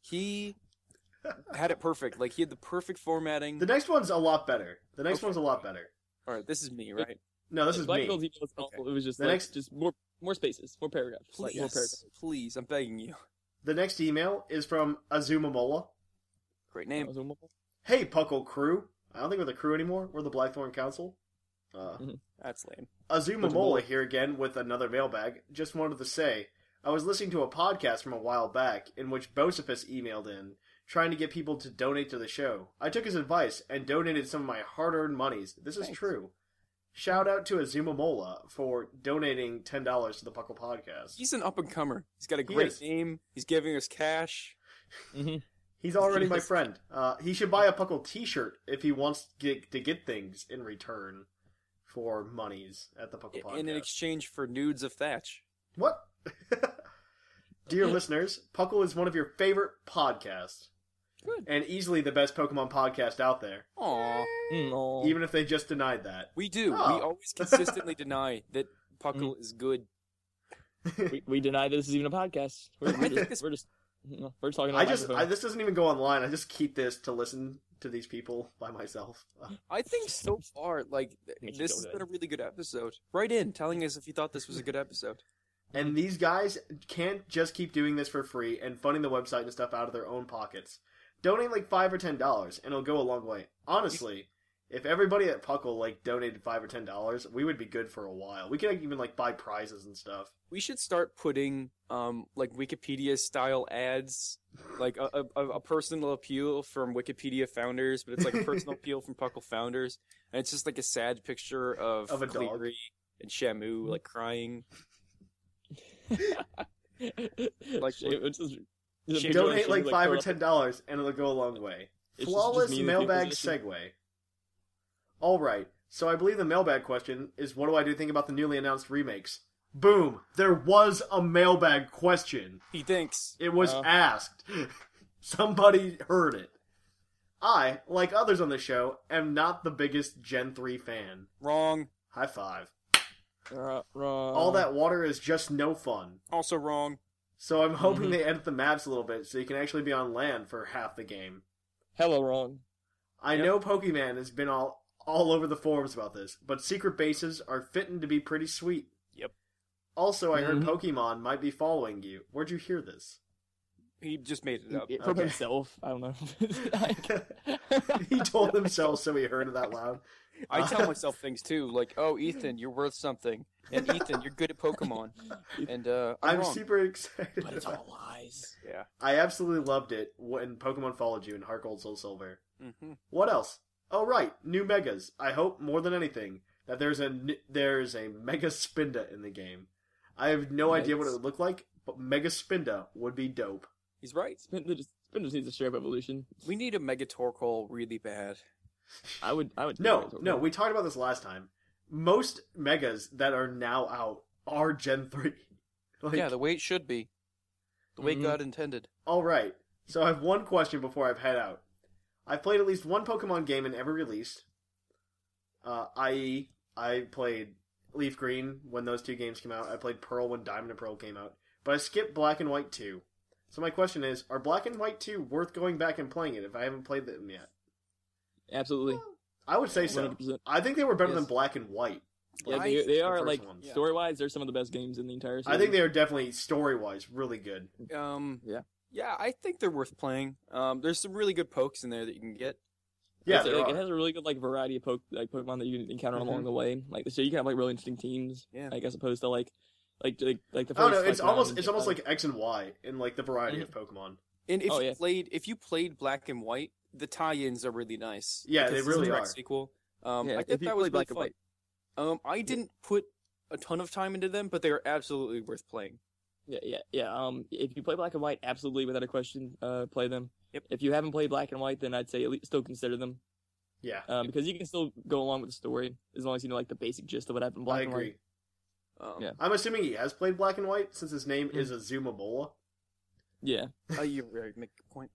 he had it perfect. Like he had the perfect formatting. The next one's a lot better. The next one's a lot better. All right, this is me, right? No, this is Black me. Gold's e- email was awful. It was just The like next- just more more spaces, more paragraphs, like Please, more paragraphs. please, I'm begging you. The next email is from Azumamola. Great That name. was wonderful. Hey, Puckle Crew. I don't think we're the crew anymore. We're the Blythorn Council. Uh, That's lame. Azuma Which Mola Mola? here again with another mailbag. Just wanted to say, I was listening to a podcast from a while back in which Bocephus emailed in, trying to get people to donate to the show. I took his advice and donated some of my hard earned monies. This is true. Shout out to Azuma Mola for donating $10 to the Puckle Podcast. He's an up and comer. He's got a He great is. name. He's giving us cash. He's already my friend. Uh, he should buy a Puckle t shirt if he wants to get, to get things in return for monies at the Puckle Podcast. in, in exchange for nudes of Thatch. What? Dear listeners, Puckle is one of your favorite podcasts. Good. And easily the best Pokemon podcast out there, Aw. Mm, even if they just denied that. We do. Oh. We always consistently deny that Puckle Mm-hmm. is good. we, we deny that this is even a podcast. We're, we're just, we're just no, we're talking. I just I, this doesn't even go online. I just keep this to listen to these people by myself. I think so far, like, th- Makes you this feel has good. been a really good episode. Write in, telling us if you thought this was a good episode. And these guys can't just keep doing this for free and funding the website and stuff out of their own pockets. Donate like five or ten dollars, and it'll go a long way. Honestly, if everybody at Puckle like donated five or ten dollars, we would be good for a while. We could like, even like buy prizes and stuff. We should start putting, um, like Wikipedia style ads, like a, a, a personal appeal from Wikipedia founders, but it's like a personal appeal from Puckle founders, and it's just like a sad picture of, Of a dog. Cleary and Shamu like crying. like which is, it's a Shame picture of donate Shane, like five or curled up. ten dollars and it'll go a long way. It's just- Flawless just me in the fetal mailbag position. segue. All right, so I believe the mailbag question is, what do I do think about the newly announced remakes? Boom! There was a mailbag question. He thinks. uh, It was Oh. asked. Somebody heard it. I, like others on the show, am not the biggest Gen three fan. Wrong. High five! Uh, wrong. All that water is just no fun. Also wrong. So I'm hoping Mm-hmm. they edit the maps a little bit so you can actually be on land for half the game. hella wrong. I know Pokemon has been all all over the forums about this, but secret bases are fitting to be pretty sweet. Yep. Also, I heard Pokemon might be following you. Where'd you hear this? He just made it up. From Okay. himself, I don't know. he told himself so he heard it that loud. I tell myself things too, like, "Oh, Ethan, you're worth something," and Ethan, you're good at Pokemon, and uh, I'm, I'm wrong. super excited. But it's about- all lies. Yeah. I absolutely loved it when Pokemon followed you in Heart Gold Soul Silver. hmm What else? Oh right, new megas. I hope more than anything that there's a n- there's a Mega Spinda in the game. I have no idea what it would look like, but Mega Spinda would be dope. He's right. Spinda just, Spinda just needs to share up evolution. We need a Megatorkoal really bad. I would. I would. No, no, we talked about this last time. Most megas that are now out are Gen three. Like, yeah, the way it should be, the way Mhm. God intended. All right. So I have one question before I've head out. I've played at least one Pokemon game in every release. Uh, i.e., I played Leaf Green when those two games came out. I played Pearl when Diamond and Pearl came out. But I skipped Black and White 2. So my question is, are Black and White 2 worth going back and playing it if I haven't played them yet? Absolutely. I would say so. 100%. I think they were better Yes. than Black and White. Yeah, Right? they, they The are first like ones. Yeah. story wise, they're some of the best games in the entire. Series. I think they are definitely story-wise really good. Um, Yeah. yeah, I think they're worth playing. Um, there's some really good pokes in there that you can get. Yeah, It's, there like, are. Mm-hmm. it has a really good like variety of poke, like Pokemon that you encounter along the way. Like so, you can have like really interesting teams. Yeah. Like as opposed to like, like like like the. First, Oh no, it's like, Mhm. almost round, it's almost uh, like X and Y in like the variety of Pokemon. And if Oh, you yeah. played, if you played Black and White, the tie-ins are really nice. Yeah, because they it's a really direct are. Sequel. Um, Yeah, I if think you that was play really Black and fun. White. Um, I didn't put a ton of time into them, but they are absolutely worth playing. Yeah, yeah, yeah. Um, if you play Black and White, absolutely without a question, uh, play them. Yep. If you haven't played Black and White, then I'd say at least still consider them, Yeah, um, because you can still go along with the story as long as you know like the basic gist of what happened. in Black I and agree. White. Um, Yeah. I'm assuming he has played Black and White since his name is Mm. Azumamola. Yeah. uh, you right, make a good point.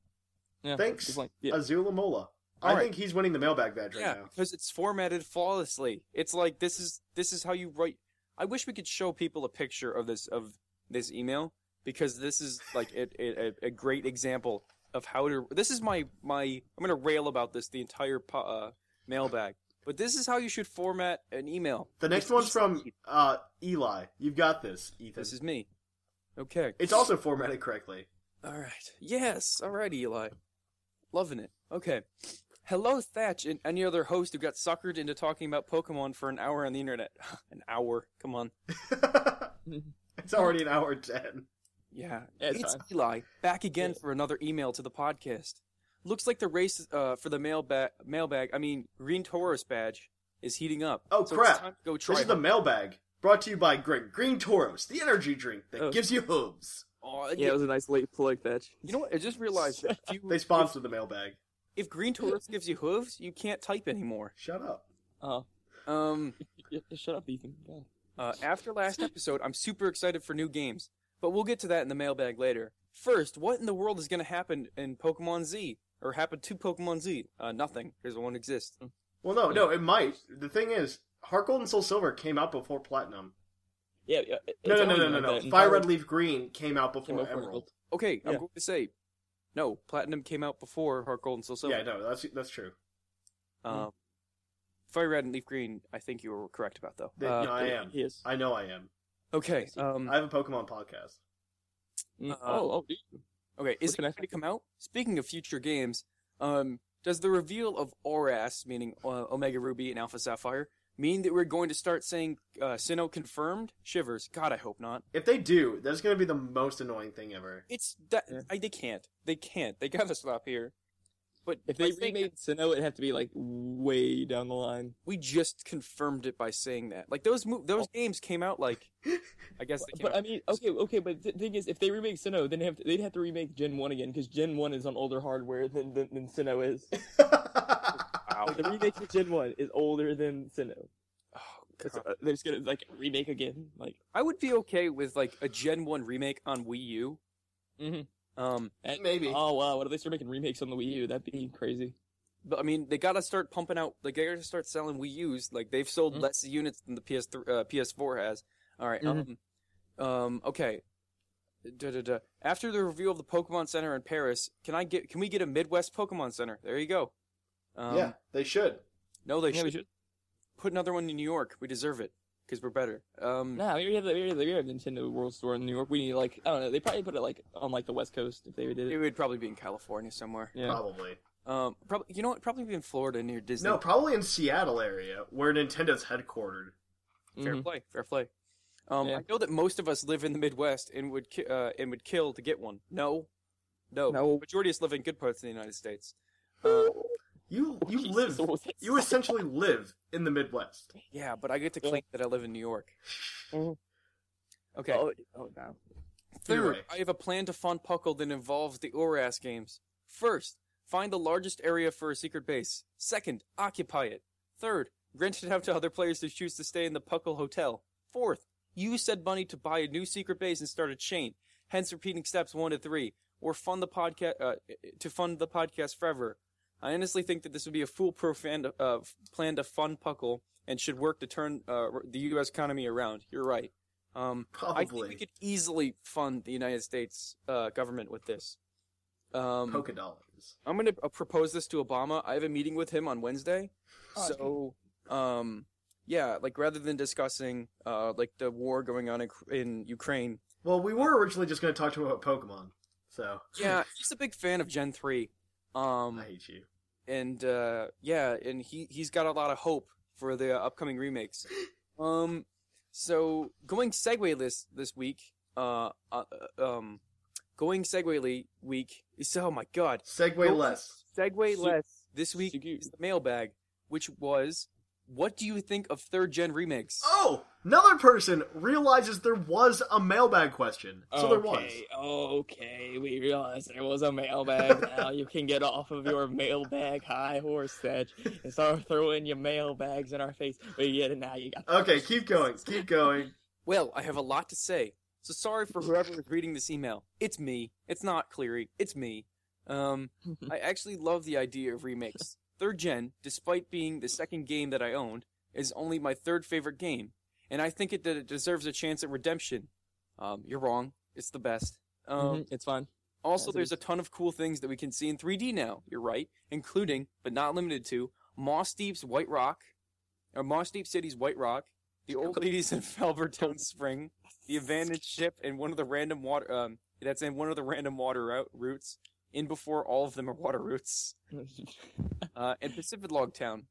Yeah. Thanks, Uh, It's like- yeah. Azulamola. I All right. think he's winning the mailbag badge right Yeah, now. because it's formatted flawlessly. It's like this is this is how you write. I wish we could show people a picture of this of this email because this is like a, a, a- a great example of how to. This is my my. I'm gonna rail about this the entire po- uh, mailbag, but this is how you should format an email. The next one's from uh, Eli. You've got this, Ethan. This is me. Okay. It's also formatted correctly. All right. Yes. All right, Eli. Loving it. Okay. Hello, Thatch, and any other host who got suckered into talking about Pokemon for an hour on the internet. an hour. Come on. Mm-hmm. it's already an hour ten. Yeah. It's it's fine. Eli back again Yeah. for another email to the podcast. Looks like the race uh, for the mailbag, mailbag. I mean, Green Taurus badge is heating up. Oh So it's crap! time to go try. this is the mailbag brought to you by Greg Green Toros, the energy drink that Oh. gives you hooves. Aw, Yeah, it was a nice late plug, Thatch. you know what? I just realized that if, you, They sponsored the mailbag. if Green Taurus gives you hooves, you can't type anymore. Shut up. Oh, Um. yeah, shut up, Ethan. God. Uh, after last episode, I'm super excited for new games, but we'll get to that in the mailbag later. First, what in the world is going to happen in Pokemon Z? Or happen to Pokemon Z? Uh, nothing, because it won't exist. Well, no, no, it might. The thing is, Heart Gold and Soul Silver came out before Platinum. Yeah, yeah. it- No, it's no, no, only no, no, like no. that. Fire Red Leaf Green came out Came before out before Emerald. Okay, I'm Yeah. going to say, no, Platinum came out before Heart Gold and Soul Silver. Yeah, no, that's that's true. mm-hmm. Um, Fire Red and Leaf Green, I think you were correct about, though. They- Uh, no, I am. Yes. I know I am. okay, um, I have a Pokemon podcast. Mm. Uh, oh, oh, dude. okay, is it can I- going to come out? Speaking of future games, um, does the reveal of Oras, meaning uh, Omega Ruby and Alpha Sapphire, mean that we're going to start saying uh, Sinnoh confirmed? Shivers. God, I hope not. If they do, that's going to be the most annoying thing ever. It's that Yeah. I, they can't. They can't. They gotta stop here. But If they I think remade Sinnoh, it'd have to be like way down the line. we just confirmed it by saying that. Like those mo- those games came out like, I guess. They came Oh. But out- I mean, okay, okay, but the thing is, if they remake Sinnoh, then they have to, they'd have to remake Gen One again because Gen One is on older hardware than than, than Sinnoh is. Like, the remake for Gen One is older than Sinnoh. Oh, It's, God. uh, they're just gonna like remake again. Like I would be okay with like a Gen One remake on Wii U. Mhm. Um, that- Maybe. Oh wow, what if they start making remakes on the Wii U? That'd be crazy. but I mean, they gotta start pumping out. Like they gotta start selling Wii U's. Like they've sold Mhm. less units than the PS3, uh, PS4 has. All right, Mhm. Um, um, okay. Duh, duh, duh. After the reveal of the Pokemon Center in Paris, can I get? Can we get a Midwest Pokemon Center? There you go. Um, yeah, they should. No, they Yeah, should we should. put another one in New York. We deserve it because we're better. Um, Nah, we already have the, we already have the, we already have the Nintendo World Store in New York. We need like I don't know. They probably put it like on like the West Coast if they did it it. would probably be in California somewhere. Yeah. Probably. Um, probably you know what? Probably in Florida near Disney. No, probably in Seattle area where Nintendo's headquartered. fair Mm-hmm. play, fair play. Um, Mm-hmm. Yeah. I know that most of us live in the Midwest and would ki- uh, and would kill to get one. No, no, No. Majority of us live in good parts of the United States. Uh, You you live what was that you essentially live in the Midwest. yeah, but I get to claim that I live in New York. Mhm. Okay. Oh, oh no. You're Third, right. I have a plan to Fonpuckle that involves the Oras games. First, find the largest area for a secret base. Second, occupy it. Third, rent it out to other players who choose to stay in the Puckle Hotel. Fourth, use said money to buy a new secret base and start a chain. Hence, repeating steps one to three, or fund the podcast uh, to fund the podcast forever. I honestly think that this would be a foolproof fan, uh, plan to fund Puckle and should work to turn uh, the U.S. economy around. You're right. Um, I think Probably. we could easily fund the United States uh, government with this. Um, Polka dollars. I'm going to uh, propose this to Obama. I have a meeting with him on Wednesday. Oh, so, um, yeah, like rather than discussing uh, like the war going on in, in Ukraine, Well, we were originally just going to talk to him about Pokemon. So yeah, he's a big fan of Gen Three, um, I hate you. and uh, yeah, and he he's got a lot of hope for the upcoming remakes. Um, so going segue this this week, uh, uh um, going segwayly week is oh my god, Segway less. Segway Su- less this week Sugu- is the mailbag, which was what do you think of third gen remakes? Oh, another person realizes there was a mailbag question. So there was. okay, okay, we realized there was a mailbag. now you can get off of your mailbag high horse, Sedge, and start throwing your mailbags in our face. We get it now. You got Okay, keep going. Keep going. Well, I have a lot to say. So sorry for whoever is reading this email. It's me. It's not Cleary. It's me. Um, I actually love the idea of remakes. Third Gen, despite being the second game that I owned, is only my third favorite game, and I think it that it deserves a chance at redemption. Um, you're wrong. It's the best. Um, Mhm, It's fine. Also, Yes, it there's a ton of cool things that we can see in 3D now. You're right, including but not limited to Moss Deep's White Rock, or Moss Deep City's White Rock, the old ladies in Falbertone Spring, the abandoned ship, and one of the random water um that's in one of the random water route, routes. In before all of them are water routes, uh, and Pacific Log Town.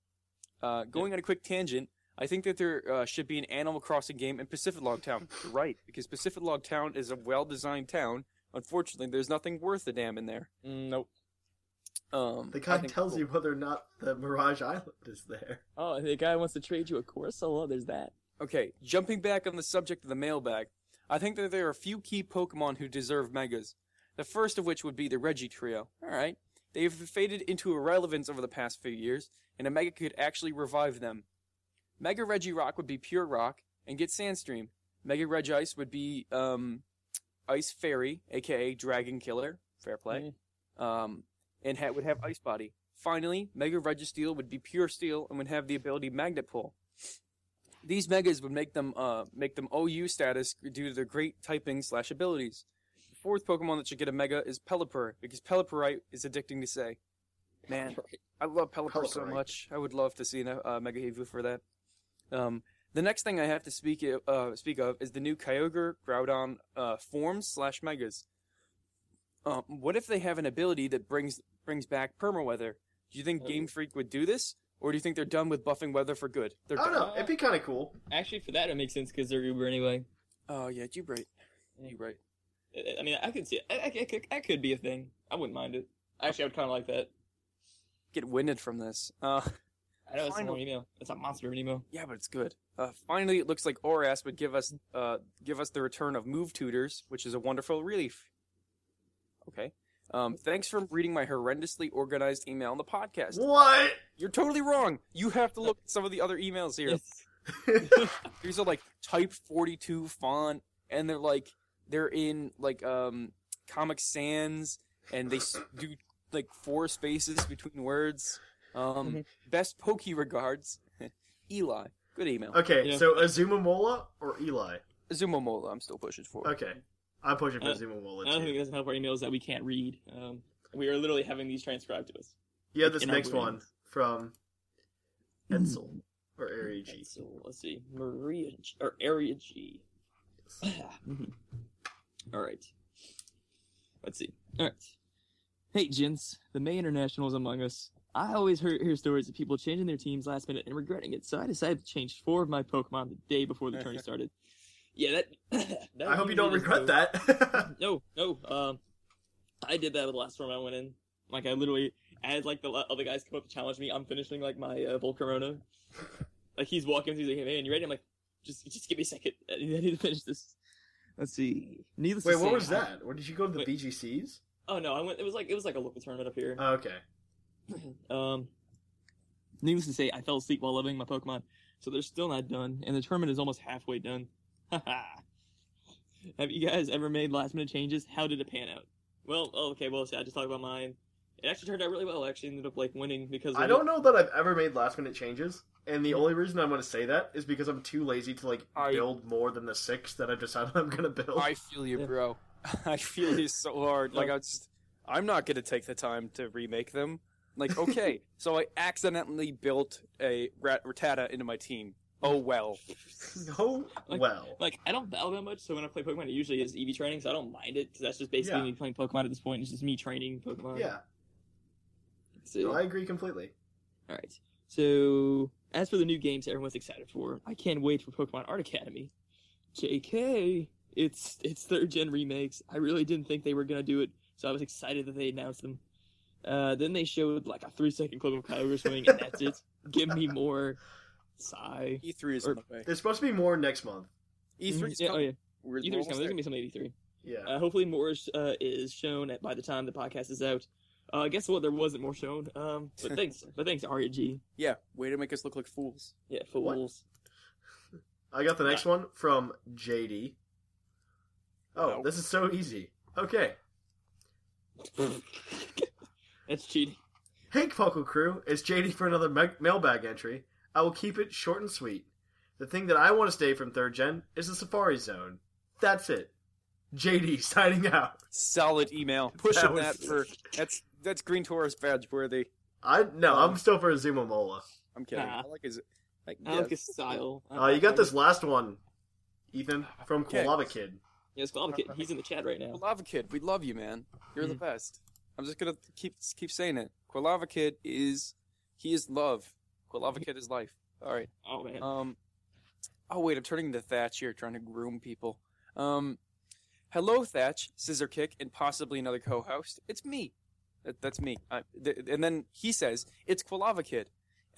Uh, going on a quick tangent, I think that there uh, should be an Animal Crossing game in Pacific Log Town. You're right, because Pacific Log Town is a well-designed town Unfortunately, there's nothing worth a damn in there. nope. Um, The I guy think- tells you whether or not the Mirage Island is there. Oh, the guy wants to trade you a course. Oh, well, there's that. Okay, jumping back on the subject of the mailbag, I think that there are a few key Pokemon who deserve megas. The first of which would be the Reggie Trio. All right, they have faded into irrelevance over the past few years, and a mega could actually revive them. Mega Reggie Rock would be pure rock and get Sandstream. Mega Reg Ice would be um, Ice Fairy, aka Dragon Killer. Fair play. Um, and ha- would have Ice Body. Finally, Mega Registeel would be pure steel and would have the ability Magnet Pull. These megas would make them uh make them OU status due to their great typing slash abilities. The fourth Pokemon that should get a mega is Pelipper because Pelipperite is addicting to say. Man, I love Pelipper so Pelipperite. much. I would love to see a uh, Mega Eevee for that. Um, the next thing I have to speak i- uh, speak of is the new Kyogre Groudon uh, forms slash megas. Um, what if they have an ability that brings brings back Permaweather? Do you think Game Freak would do this, or do you think they're done with buffing weather for good? They're I done. don't know. It'd be kind of cool. Actually, for that, it makes sense because they're Uber anyway. Oh yeah, you right. You right. I- I mean, I could see it. I, I, I could, that could be a thing. I wouldn't mind it. Actually, I would kind of like that. Get winded from this. Uh, I know it's a long Finally. email. It's a monster of an email. yeah, but it's good. Uh, finally, it looks like Oras would give us uh give us the return of move tutors, which is a wonderful relief. Okay. Um, thanks for reading my horrendously organized email on the podcast. What? You're totally wrong. You have to look at some of the other emails here. These are like type 42 font, and they're like they're in like um Comic Sans, and they s- do like four spaces between words. Um, best pokey regards, Eli. Good email. Okay, Yeah. so Azumamola or Eli? Zumomola, I'm still pushing for. Okay, I'm pushing for Uh, I Azumamola don't think it too. doesn't help our emails that we can't read. Um, we are literally having these transcribed to us. Yeah, this in our next one brains. from Edsel or Area G. So let's see, Maria G, or Area G. Mm-hmm. All right. Let's see. All right. Hey, gents, the May International's among us. I always hear, hear stories of people changing their teams last minute and regretting it, so I decided to change four of my Pokemon the day before the tourney started. Yeah, that. that I hope you don't usually regret is- that. No, no. Um, I did that with the last room I went in. Like I literally, I had like the la- other guys come up to challenge me. I'm finishing like my uh, Volcarona. like he's walking, he's like, "Hey man, you ready?" I'm like, "Just, just give me a second. I need I need to finish this." Let's see. Needless Wait, to say, what was I- that? Or did you go to the Wait. BGCs? Oh no, I went. It was like it was like a local tournament up here. Oh, okay. Um, Needless to say, I fell asleep while leveling my Pokemon, so they're still not done, and the tournament is almost halfway done. Haha. Have you guys ever made last minute changes? How did it pan out? well, oh, okay. Well, see, I just talked about mine. It actually turned out really well. I actually ended up like winning because of I it. don't know that I've ever made last minute changes, and the only reason I'm going to say that is because I'm too lazy to like I- build more than the six that I've decided I'm going to build. I feel you, bro. I feel you so hard. Like I just, I'm not gonna take the time to remake them. Like, okay, so I accidentally built a Rat Rattata into my team. Oh well. Oh Like- well. Like I don't battle that much, so when I play Pokemon, it usually is EV training, so I don't mind it because that's just basically Yeah. me playing Pokemon at this point. It's just me training Pokemon. yeah, So, I agree completely. all right. So as for the new games, everyone's excited for. I can't wait for Pokemon Art Academy. Jk, it's it's third gen remakes. I really didn't think they were gonna do it, so I was excited that they announced them. Uh, then they showed like a three second clip of Kyogre swimming, and that's it. Give me more. Sigh. E3 E is Or- coming. There's supposed to be more next month. E3 E is yeah, oh coming. yeah. We're E3's coming. almost There's there. gonna be some eighty three. Yeah. Uh, hopefully, more is, uh, is shown at, by the time the podcast is out. Uh, guess what? There wasn't more shown. Um, but thanks, but thanks, RNG. Yeah, way to make us look like fools. Yeah, fools. I got the next one from JD. Oh, No. this is so easy. Okay. That's cheating. Hey, Poco Crew. It's JD for another ma- mailbag entry. I will keep it short and sweet. The thing that I want to stay from third gen is the Safari Zone. That's it. JD signing out. Solid email. Pushing that, was- for that's that's Green Taurus badge worthy. I no, Um, I'm still for Azumamola. I'm kidding. Nah. I like his. Like, I like his style. Uh, you got this last one, Ethan from Okay. Koala Kid. Yes, Glava Kid. He's in the chat right now. Quilava Kid, we love you, man. You're Mm-hmm. the best. I'm just gonna keep keep saying it. Quilava Kid is he is love. Quilava Kid is life. All right. Oh man. Um. Oh wait, I'm turning into Thatch here, trying to groom people. Um. Hello, Thatch, Scissor Kick, and possibly another co-host. It's me. That, that's me. I, th- and then he says, "It's Quilava Kid."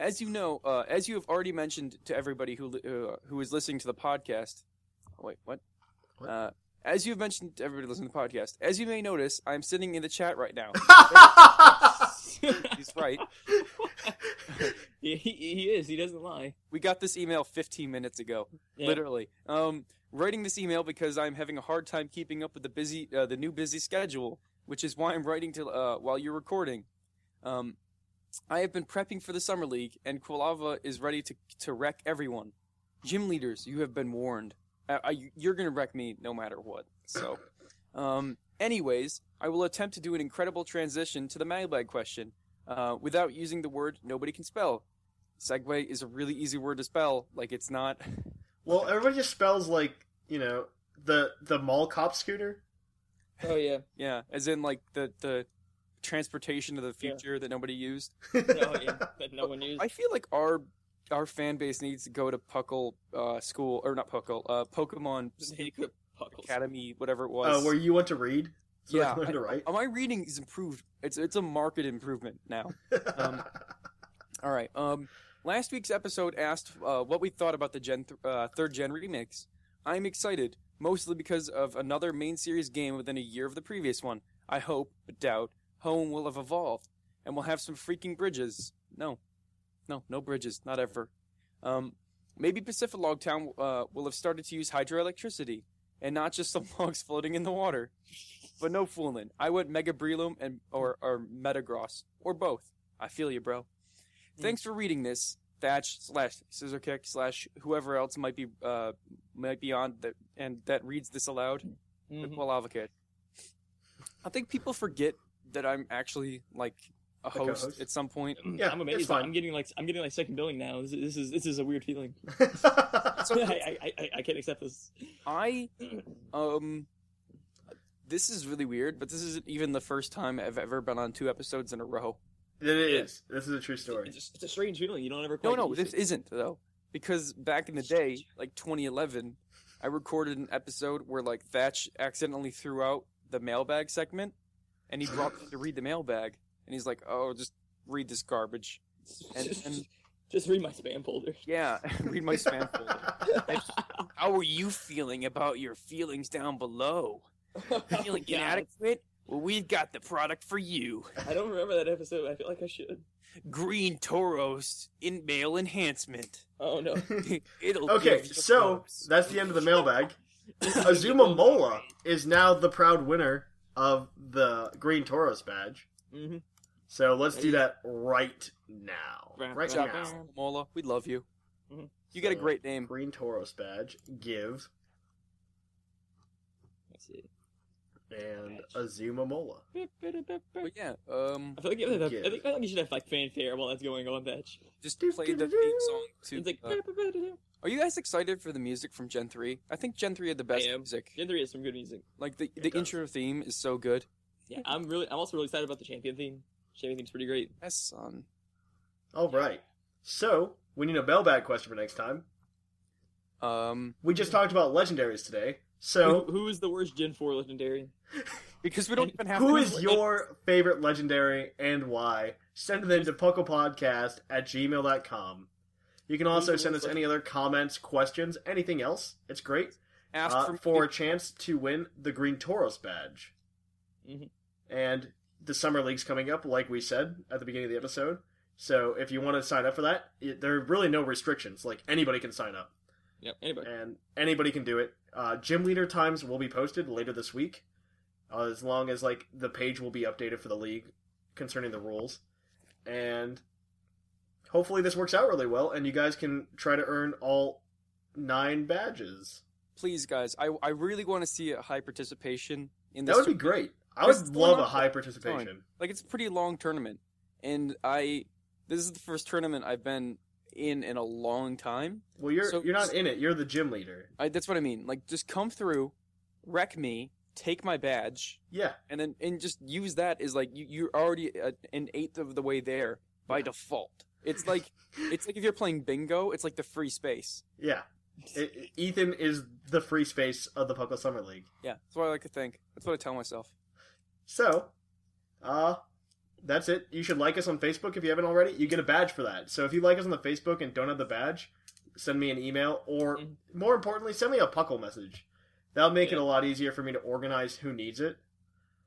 As you know, uh, as you have already mentioned to everybody who li- uh, who is listening to the podcast. Oh, wait, what? What? Uh, as you've mentioned to everybody listening to the podcast, as you may notice, I'm sitting in the chat right now. He's right. yeah, he, he is. He doesn't lie. We got this email 15 minutes ago. Yeah. literally. Um, writing this email because I'm having a hard time keeping up with the busy, uh, the new busy schedule, which is why I'm writing to uh, while you're recording. Um, I have been prepping for the summer league, and Kualava is ready to to wreck everyone. Gym leaders, you have been warned. I, I, you're gonna wreck me no matter what. So, um, anyways, I will attempt to do an incredible transition to the mailbag question uh, without using the word nobody can spell. Segway is a really easy word to spell. Like it's not. Well, everybody just spells like you know the the mall cop scooter. Oh yeah. Yeah, as in like the the transportation of the future that nobody used. Oh yeah. But no one used. I feel like our our fan base needs to go to Puckle uh, school or not Puckle, uh, Pokemon He could puckles. Academy, whatever it Uh, was. where you want to read? So yeah, I learned to write. I- my reading is improved. It's it's a marked improvement now. Um, all right. Um, last week's episode asked uh, what we thought about the gen th- uh, third gen remix. I'm excited, mostly because of another main series game within a year of the previous one. I hope, but doubt, Home will have evolved, and we'll have some freaking bridges. No, no, no bridges, not ever. Um, maybe Pacific Town uh, will have started to use hydroelectricity and not just the logs floating in the water. But no fooling, I went Mega Breloom and or or Metagross or both. I feel you, bro. Thanks for reading this, Thatch slash Scissor Kick slash whoever else might be uh might be on that and that reads this aloud. Mhm. Well, Lava Kid. I think people forget that I'm actually like a a host, host? at some point. Yeah, I'm it's amazed. fine. I'm getting like I'm getting like second billing now. This, this is this is a weird feeling. I, I, I I can't accept this. I um This is really weird, but this isn't even the first time I've ever been on two episodes in a row. It is. This is a true story. It's, just- it's a strange feeling. You don't ever quite. No, no, get this used to it. isn't though, because back in the day, like 2011, I recorded an episode where like Thatch accidentally threw out the mailbag segment, and he dropped to read the mailbag, and he's like, "Oh, just read this garbage," and, and Just read my spam folder. yeah, read my spam folder. And, How are you feeling about your feelings down below? Feeling Yeah. inadequate? Well, we've got the product for you. I don't remember that episode. I feel like I should. Green Toros in male enhancement. Oh no. It'll Okay, give you so bumps. that's the end of the mailbag. Azuma Mola is now the proud winner of the Green Taurus badge. Mm-hmm. Mhm. So let's do that right now. Right. Right Good job, now. Mr. Mola. We love you. Mhm. You got a So, great name. Green Taurus badge. Give Let's see. and Azuma Mola. But yeah, um, I feel like you, have, I Give. think, I think you should have like fanfare while that's going on. That just play the theme song to. it's like uh, are you guys excited for the music from Gen Three? I think Gen Three had the best am. music. Gen three has some good music. Like the the does. intro theme is so good. Yeah, I'm really. I'm also really excited about the champion theme. Champion theme's pretty great. Yes, son. All right. So we need a mailbag question for next time. Um, We just talked about legendaries today. So Who, who is the worst Gen four legendary? because we don't even have. who to- is your favorite legendary and why? Send it in to pucklepodcast at gmail.com. You can also send us any other comments, questions, anything else. It's great. ask uh, for, for a chance to win the Green Toros badge. Mhm. And the Summer League's coming up, like we said at the beginning of the episode. So if you want to sign up for that, it, there are really no restrictions. Like, anybody can sign up, Yep. Anybody. and anybody can do it. Uh, gym leader times will be posted later this week, uh, as long as, like, the page will be updated for the league concerning the rules. And hopefully this works out really well, and you guys can try to earn all nine badges. please, guys. I I really want to see a high participation in this. That would be great. I This would is the love one a up high tournament. participation. Like it's a pretty long tournament, and I this is the first tournament I've been in in a long time. Well, you're So- you're not in it. You're the gym leader. I, that's what I mean. Like, just come through, wreck me, take my badge, Yeah, and then and just use that as like you, you're already a, an eighth of the way there by default. It's like it's like if you're playing bingo, it's like the free space. yeah. I I- Ethan is the free space of the Puckle Summer League. Yeah, that's what I like to think. That's what I tell myself. So, uh, that's it. You should like us on Facebook if you haven't already. You get a badge for that. So if you like us on the Facebook and don't have the badge, send me an email or more importantly, send me a Puckle message. That'll make it Mm-hmm. Yeah. a lot easier for me to organize who needs it.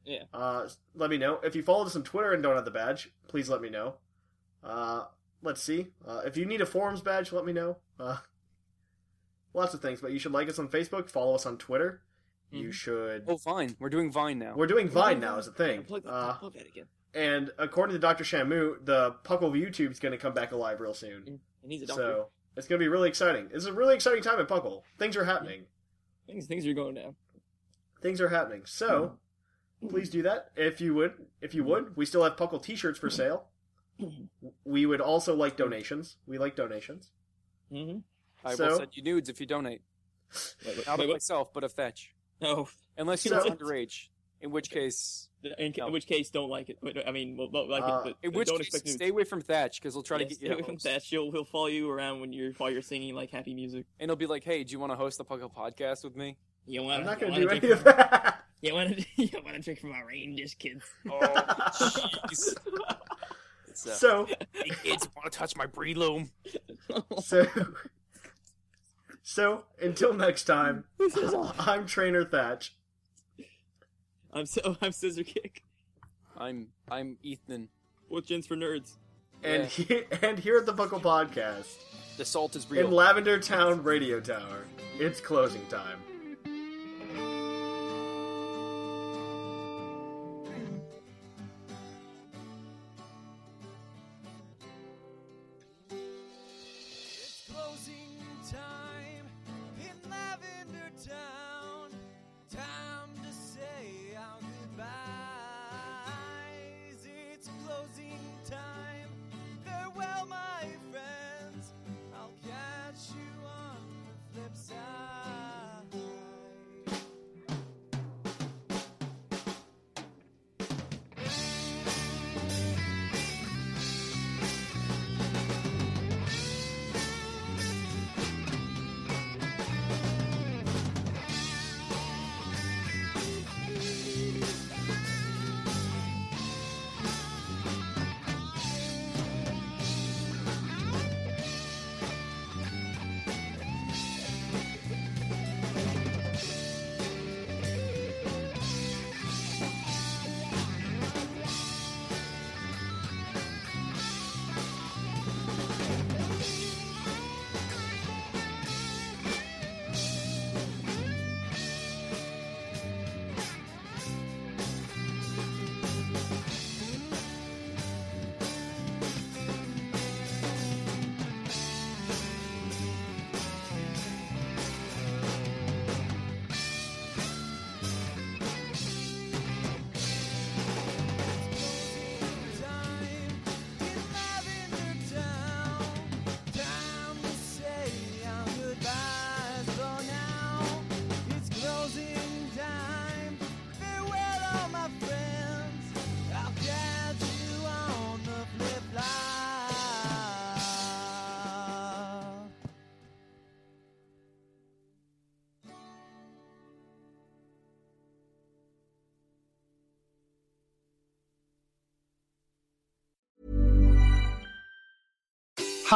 Yeah. Uh, s- let me know if you follow us on Twitter and don't have the badge. Please let me know. Uh, let's see. Uh, if you need a forums badge, let me know. Uh, lots of things, but you should like us on Facebook, follow us on Twitter. Mm-hmm. You should. Oh, Vine. We're doing Vine now. We're doing Vine now as a thing. Plug that, Uh, plug that again. and according to Dr. Shamu, the Puckle YouTube's going to come back alive real soon. And he's a doctor. So it's going to be really exciting. It's a really exciting time at Puckle. Things are happening. Things things are going down. Hmm. Things are happening. So please do that if you would. If you would, we still have Puckle T-shirts for sale. Hmm. We would also like donations. We like donations. Mm-hmm. I so- will send you nudes if you donate. Wait, wait, Not wait, of what? myself, but of Fetch. No. Unless you're So- underage, in which case, In, ca- in No. which case, don't like it. Wait, no, I mean, well, don't like Uh, it, but in which don't case, expect stay away from Thatch because he'll try to get you. away from host. that. She'll he'll follow you around when you're while you're singing like happy music. and he'll be like, "Hey, do you want to host the Puckle podcast with me?" You want? I'm not going to do any of that. You want to? You want to drink from our rain dish, kids? Oh, jeez. It's, uh, So Hey kids, want to touch my breloom? so so until next time. I'm Trainer Thatch. I'm so I'm scissor kick. I'm I'm Ethan. What gins for nerds? and Yeah. he, and here at the Buckle Podcast The salt is real. in Lavender Town Radio Tower. It's closing time. It's closing time in Lavender Town. Time to say our goodbyes. It's closing time. Farewell, my friends. I'll catch you on the flip side.